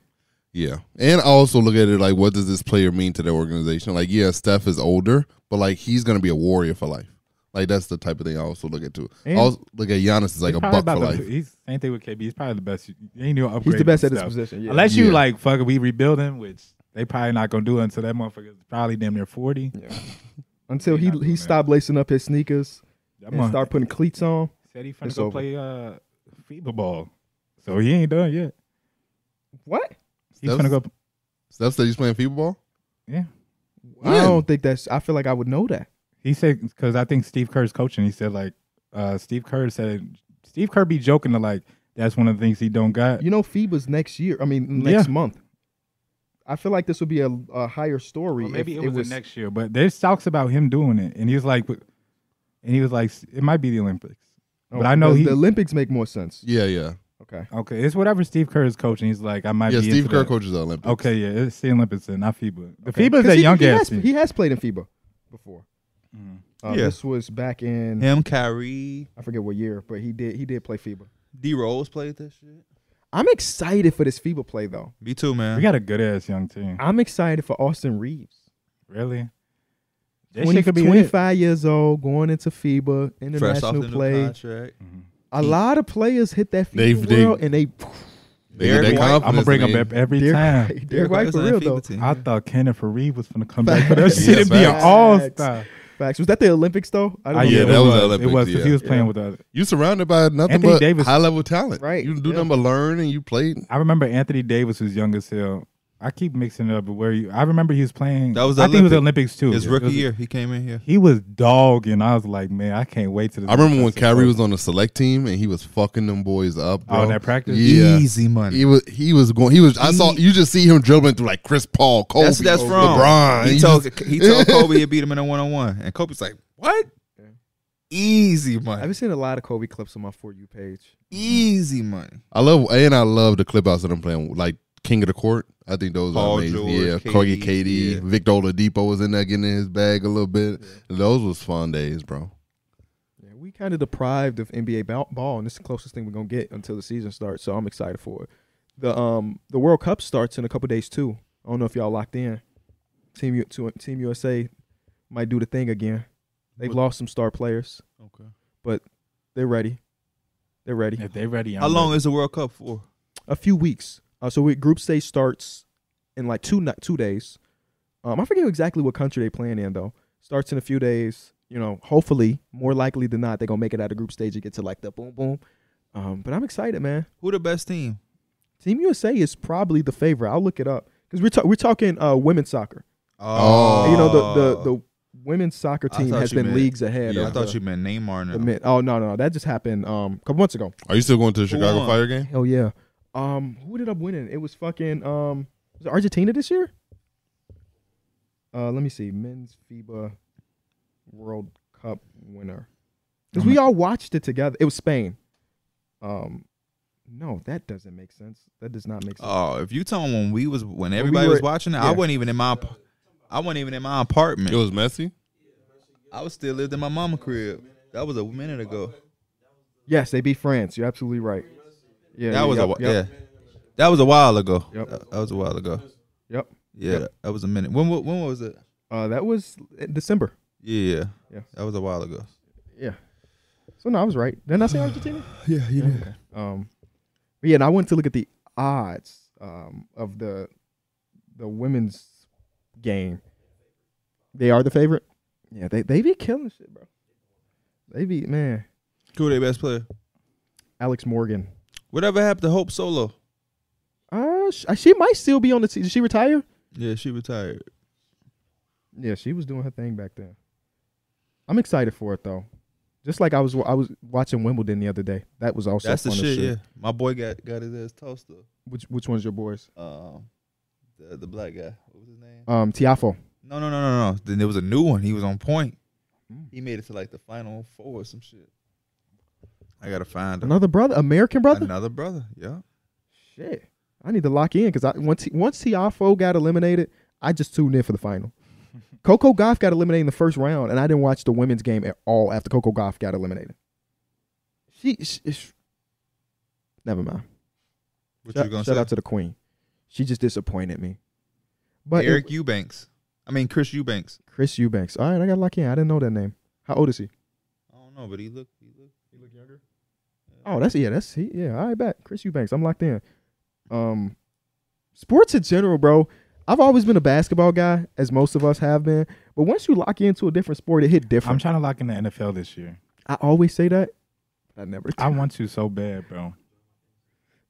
yeah, and I also look at it like, what does this player mean to the organization? Like, yeah, Steph is older, but like he's gonna be a warrior for life. Like that's the type of thing I also look at too. I
And-
also look at Giannis is like
He's
a
probably
buck
about
for
the-
life.
He's same thing with KB. He's probably the best. You ain't even upgrade.
he's the best at his
himself.
position. Yeah.
Unless you
Yeah.
like fuck, it, we rebuilding, which they probably not gonna do until that motherfucker's probably damn near forty.
Until he
Not doing
he
that.
stopped lacing up his sneakers
That
and
mother-
start putting cleats on.
said he finna
it's
go
over.
play uh FIBA ball, so he ain't done yet.
What?
He's
Steph's-
finna go.
Steph said he's playing FIBA ball.
Yeah.
I
When?
don't think that's. I feel like I would know that.
He said because I think Steve Kerr's coaching. He said like uh, Steve Kerr said Steve Kerr be joking to like that's one of the things he don't got.
You know, FIBA's next year. I mean, next
Yeah.
month. I feel like this would be a, a higher story.
Well,
if
maybe it, was, the next year, but there's talks about him doing it, and he was like, but- and he was like, it might be the Olympics.
oh,
but I know
the,
he-
the Olympics make more sense.
Yeah, yeah,
Okay.
Okay, it's whatever Steve Kerr is coaching. He's like, I might.
yeah.
be
Steve
into
Kerr
that.
coaches the Olympics.
Okay, yeah, it's the Olympics, and not FIBA. The
Okay.
FIBA's
'Cause
that
he,
young
he
ass.
Has,
team.
he has played in FIBA before.
Mhm.
Uh,
Yeah.
This was back in
Him, Kyrie,
I forget what year, but he did he did play FIBA.
D Rose played this shit.
I'm excited for this FIBA play though.
Me too, man.
We got a good ass young team.
I'm excited for Austin Reeves.
Really. That
20,
shit could be it.
25 years old, going into FIBA
Fresh
international
off the new
play.
contract.
Mhm.
A lot of players hit that FIBA
They've- they-
world and they.
They get
Derrick
that
White.
I'm gonna
confidence,
bring him
man.
up every
Derrick
time.
White- Derrick White for real though.
I thought Kenneth Fareed was gonna come back, but that
Facts.
shit would be an
Facts.
all star.
Facts. Was that the Olympics though? I
Oh,
Ah,
know.
yeah, that
it
was
It
Olympics,
was because
yeah.
he was playing
Yeah.
with the.
You surrounded by nothing
Anthony
but
Davis-
high level talent.
Right,
You do
yeah.
nothing but learn, and you played.
I remember Anthony Davis was young as hell. I keep mixing it up, but where you? I remember he was playing.
That was the
I think it was
Olympic-
Olympics too.
His
It
rookie
was-
year, he came in here.
He was dogging. I was like, man, I can't wait to.
I remember when Kyrie was on the select team and he was fucking them boys up. Bro.
Oh, in that practice?
Yeah.
Easy money.
He was he was going. He was. I saw you just see him dribbling through like Chris Paul, Kobe,
That's that's from
LeBron.
He
You
told
just-
he told Kobe he'd beat him in a one on one, and Kobe's like, "What? Easy
I've
money.
been seeing a lot of Kobe clips on my for you page.
Easy money."
I love and I love the clip outs that I'm playing like King of the Court. I think those
Paul
are amazing.
George,
yeah,
KD,
Corgi Katie,
yeah.
Victor Oladipo was in there getting in his bag a little bit. Those was fun days, bro.
Yeah, we kind of deprived of NBA ba- ball, and this is the closest thing we're gonna get until the season starts. So I'm excited for it. The um the World Cup starts in a couple days too. I don't know if y'all locked in. Team U- to- Team USA might do the thing again. They've
What-
lost some star players.
Okay.
but they're ready. They're ready.
If they ready, I'm
How long
ready.
is the World Cup for?
A few weeks. Uh, so we, group stage starts in like two ni- two days. Um, I forget exactly what country they playing in though. Starts in a few days. You know, hopefully, more likely than not, they're gonna make it out of group stage and get to like the boom boom. Um, but I'm excited, man.
Who the best team?
Team USA is probably the favorite. I'll look it up because we're ta- we're talking uh, women's soccer.
Oh.
You know, the the the women's soccer
I
team
thought
has
you
been
meant-
leagues ahead.
Yeah,
of
I thought
the-
you meant Neymar.
the
Now.
men. Oh no, no, no, that just happened um, a couple months ago.
Are you still going to the
Who
Chicago
won?
Fire game?
Hell yeah. Um, who ended up winning? It was fucking um, was it Argentina this year? Uh, let me see, men's FIBA World Cup winner. Because we all watched it together. It was Spain. Um, no, that doesn't make sense. That does not make sense.
Oh, if you tell him when we was when everybody
were-
was watching it,
yeah.
I wasn't even in my ap- I wasn't even in my apartment.
It was Messi.
I was still lived in my mama crib. That was a minute ago.
yes, they beat France. You're absolutely right. Yeah,
That
yeah,
was a
yep,
wh-
yep.
yeah. That was a while ago.
Yep.
That, that was a while ago.
Yep.
Yeah,
Yep.
that- that was a minute. When wa- when was it?
Uh, that was in December.
Yeah.
Yeah.
That was a while ago.
Yeah. So no, I was right. Didn't I say Argentina?
Yeah, you did.
Um, but yeah, and I went to look at the odds um, of the the women's game. They are the favorite. Yeah, they they be killing shit, bro. They be man.
Who their best player?
Alex Morgan.
Whatever happened to Hope Solo?
Uh, she, she might still be on the team. Did she retire?
Yeah, she retired.
Yeah, she was doing her thing back then. I'm excited for it though. Just like I was, I was watching Wimbledon the other day. That was also
That's the
fun as
shit, Yeah, my boy got got his ass tossed though.
Which which one's your boys?
Um, the, the black guy. What was his name?
Um, Tiafo.
No, no, no, no, no. Then there was a new one. He was on point.
Mm.
He made it to like the final four or some shit. I gotta find him.
Another brother, American brother.
Another brother. Yeah.
Shit, I need to lock in because I once he, once Tiafo got eliminated, I just tuned in for the final. Coco Goff got eliminated in the first round, and I didn't watch the women's game at all after Coco Goff got eliminated. She, sh sh- never mind.
What
Shout,
you gonna
shout
say?
out to the queen. She just disappointed me. But it-
Eric Eubanks. I mean Chris Eubanks.
Chris Eubanks. All right, I got to lock in. I didn't know that name. How old is he?
I don't know, but he looked he looked he looked younger.
Oh, that's yeah, that's he, yeah. All right, back Chris Eubanks. I'm locked in. Um, sports in general, bro. I've always been a basketball guy, as most of us have been. But once you lock into a different sport, it hit
I'm
different.
trying to lock in the NFL this year.
I always say that. but I never.
I want to so bad, bro.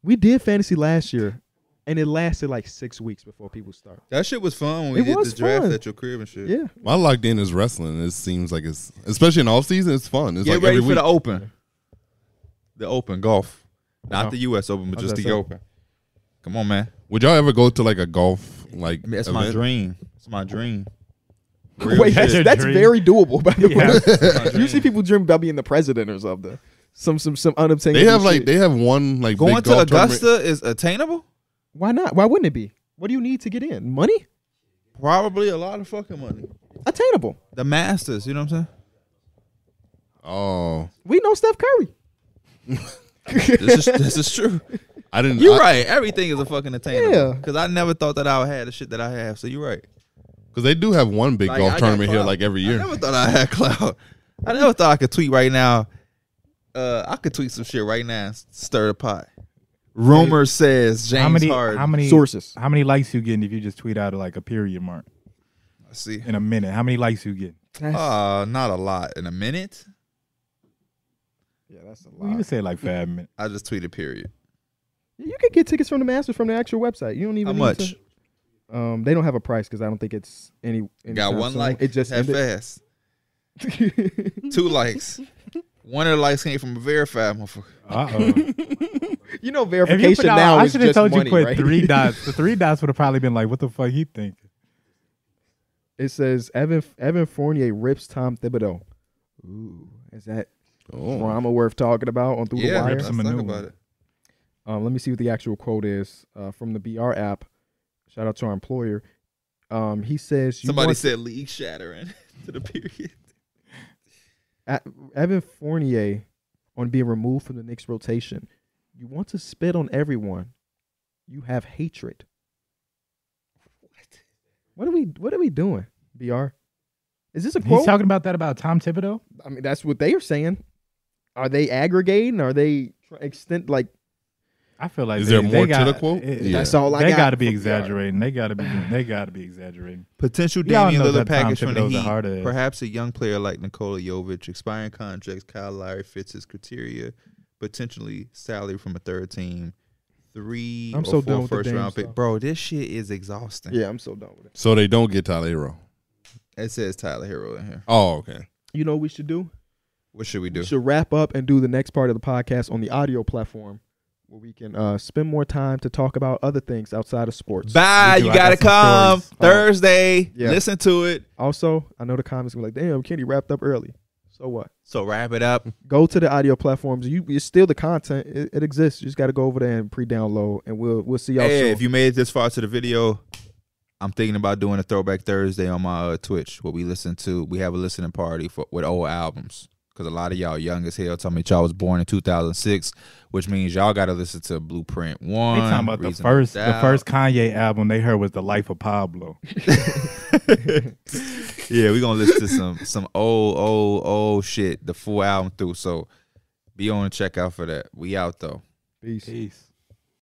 we did fantasy last year, and it lasted like six weeks before people start.
That shit was fun when we
It
did
was
the draft
fun.
at your crib and shit.
Yeah,
My locked in is wrestling. It seems like it's especially in off season. It's fun. It's
Get
like
ready
every
for
week.
the Open. The Open golf, not
Oh.
the U.S. Open, but
I was
just the
gonna say.
Open. Come on, man.
Would y'all ever go to like a golf like?
I mean, that's my
event?
dream. It's my dream.
wait,
shit.
that's,
Your
that's
dream.
very doable. By the
Yeah.
That's my
way,
dream.
usually people dream about being the president or something. Some some some unobtainable.
They have like
shit.
they have one like
Going
big
to
golf
Augusta
tournament.
is attainable.
Why not? Why wouldn't it be? What do you need to get in? Money?
Probably a lot of fucking money.
Attainable.
The Masters, you know what I'm
Oh,
We know Steph Curry.
saying? This is this is true.
I didn't.
You're
I,
right. Everything is a fucking attainable.
Yeah.
Because I never thought that I would have the shit that I have. So you're right.
because they do have one big
Like, I
golf
got
tournament here
clout.
like every
I
year.
never thought I had cloud. I never thought I could tweet right now. Uh, I could tweet some shit right now. and Stir the pot. Rumor says James
how many?
Harden.
How many
Sources.
How many likes you getting if you just tweet out like a period mark
I see.
in a minute? How many likes you get?
Uh, not a lot. In a minute,
yeah, that's a
You
lot.
can say like five minutes.
I just tweeted. Period.
You can get tickets from the Masters from the actual website. You don't even
How
need
much?
to- um, they don't have a price because I don't think it's any. any
Got
time
one
soon.
like.
It just
that
ended.
fast. Two likes. One of the likes came from a verified motherfucker.
Uh oh.
you know,
If
verification
you put out,
now
I
is
should have
just
told
money,
you put
right?
three dots. The three dots would have probably been like, "What the fuck he thinking?"
It says Evan Evan Fournier rips Tom Thibodeau. Ooh, is that drama worth talking about on through
Oh. Yeah,
the
let's
wire?
Rips him a
talk
new
about
one.
it.
Um, let me see what the actual quote is uh, from the BR app. Shout out to our employer. Um, he says you
Somebody
want-
said league shattering to the period.
at Evan Fournier on being removed from the Knicks rotation. You want to spit on everyone. You have hatred. What? What are we? What are we doing? Br, is this a
He's
quote?
talking about that about Tom Thibodeau.
I mean, that's what they are saying. Are they aggregating? Are they tr- extend like?
I feel like
Is
they-
there
they
more to
got-
the quote?
it-
Yeah.
That's all I
they
got.
gotta be
from BR.
exaggerating. They gotta be. They gotta be exaggerating.
Potential
Y'all
Damian
know
Lillard
that Tom
package from the
Thibodeau's a
Heat.
hard-ass.
Perhaps a young player like Nikola Jovic, expiring contracts, Kyle Lowry fits his criteria. Potentially salary from a third team, three
I'm
or
so
four
done with the
first
Dame
round pick.
stuff.
Bro, this shit is exhausting.
Yeah, I'm so done with it.
So they don't get Tyler Hero.
It says Tyler Hero in here.
Oh, okay.
You know what we should do?
What should we do?
We should wrap up and do the next part of the podcast on the audio platform, where we can uh, spend more time to talk about other things outside of sports.
Bye.
We do.
You
I got
gotta
some
come
stories.
Oh.
Thursday.
Yeah.
Listen to it.
Also, I know the comments were like, "Damn, Kenny wrapped up early." So what?
So wrap it up.
Go to the audio platforms. You it's still the content. It, it exists. You just got to go over there and pre-download, and we'll we'll see y'all
hey,
soon.
if you made it this far to the video, I'm thinking about doing a throwback Thursday on my uh, Twitch where we listen to we have a listening party for with old albums because a lot of y'all young as hell tell me y'all was born in 2006, which means y'all got to listen to Blueprint One.
They talking about the
Reasonable
first the
Doubt.
first Kanye album they heard was The Life of Pablo.
yeah, we're gonna listen to some some old old old shit the full album through. So be on the checkout for that. We out though.
Peace.
Peace.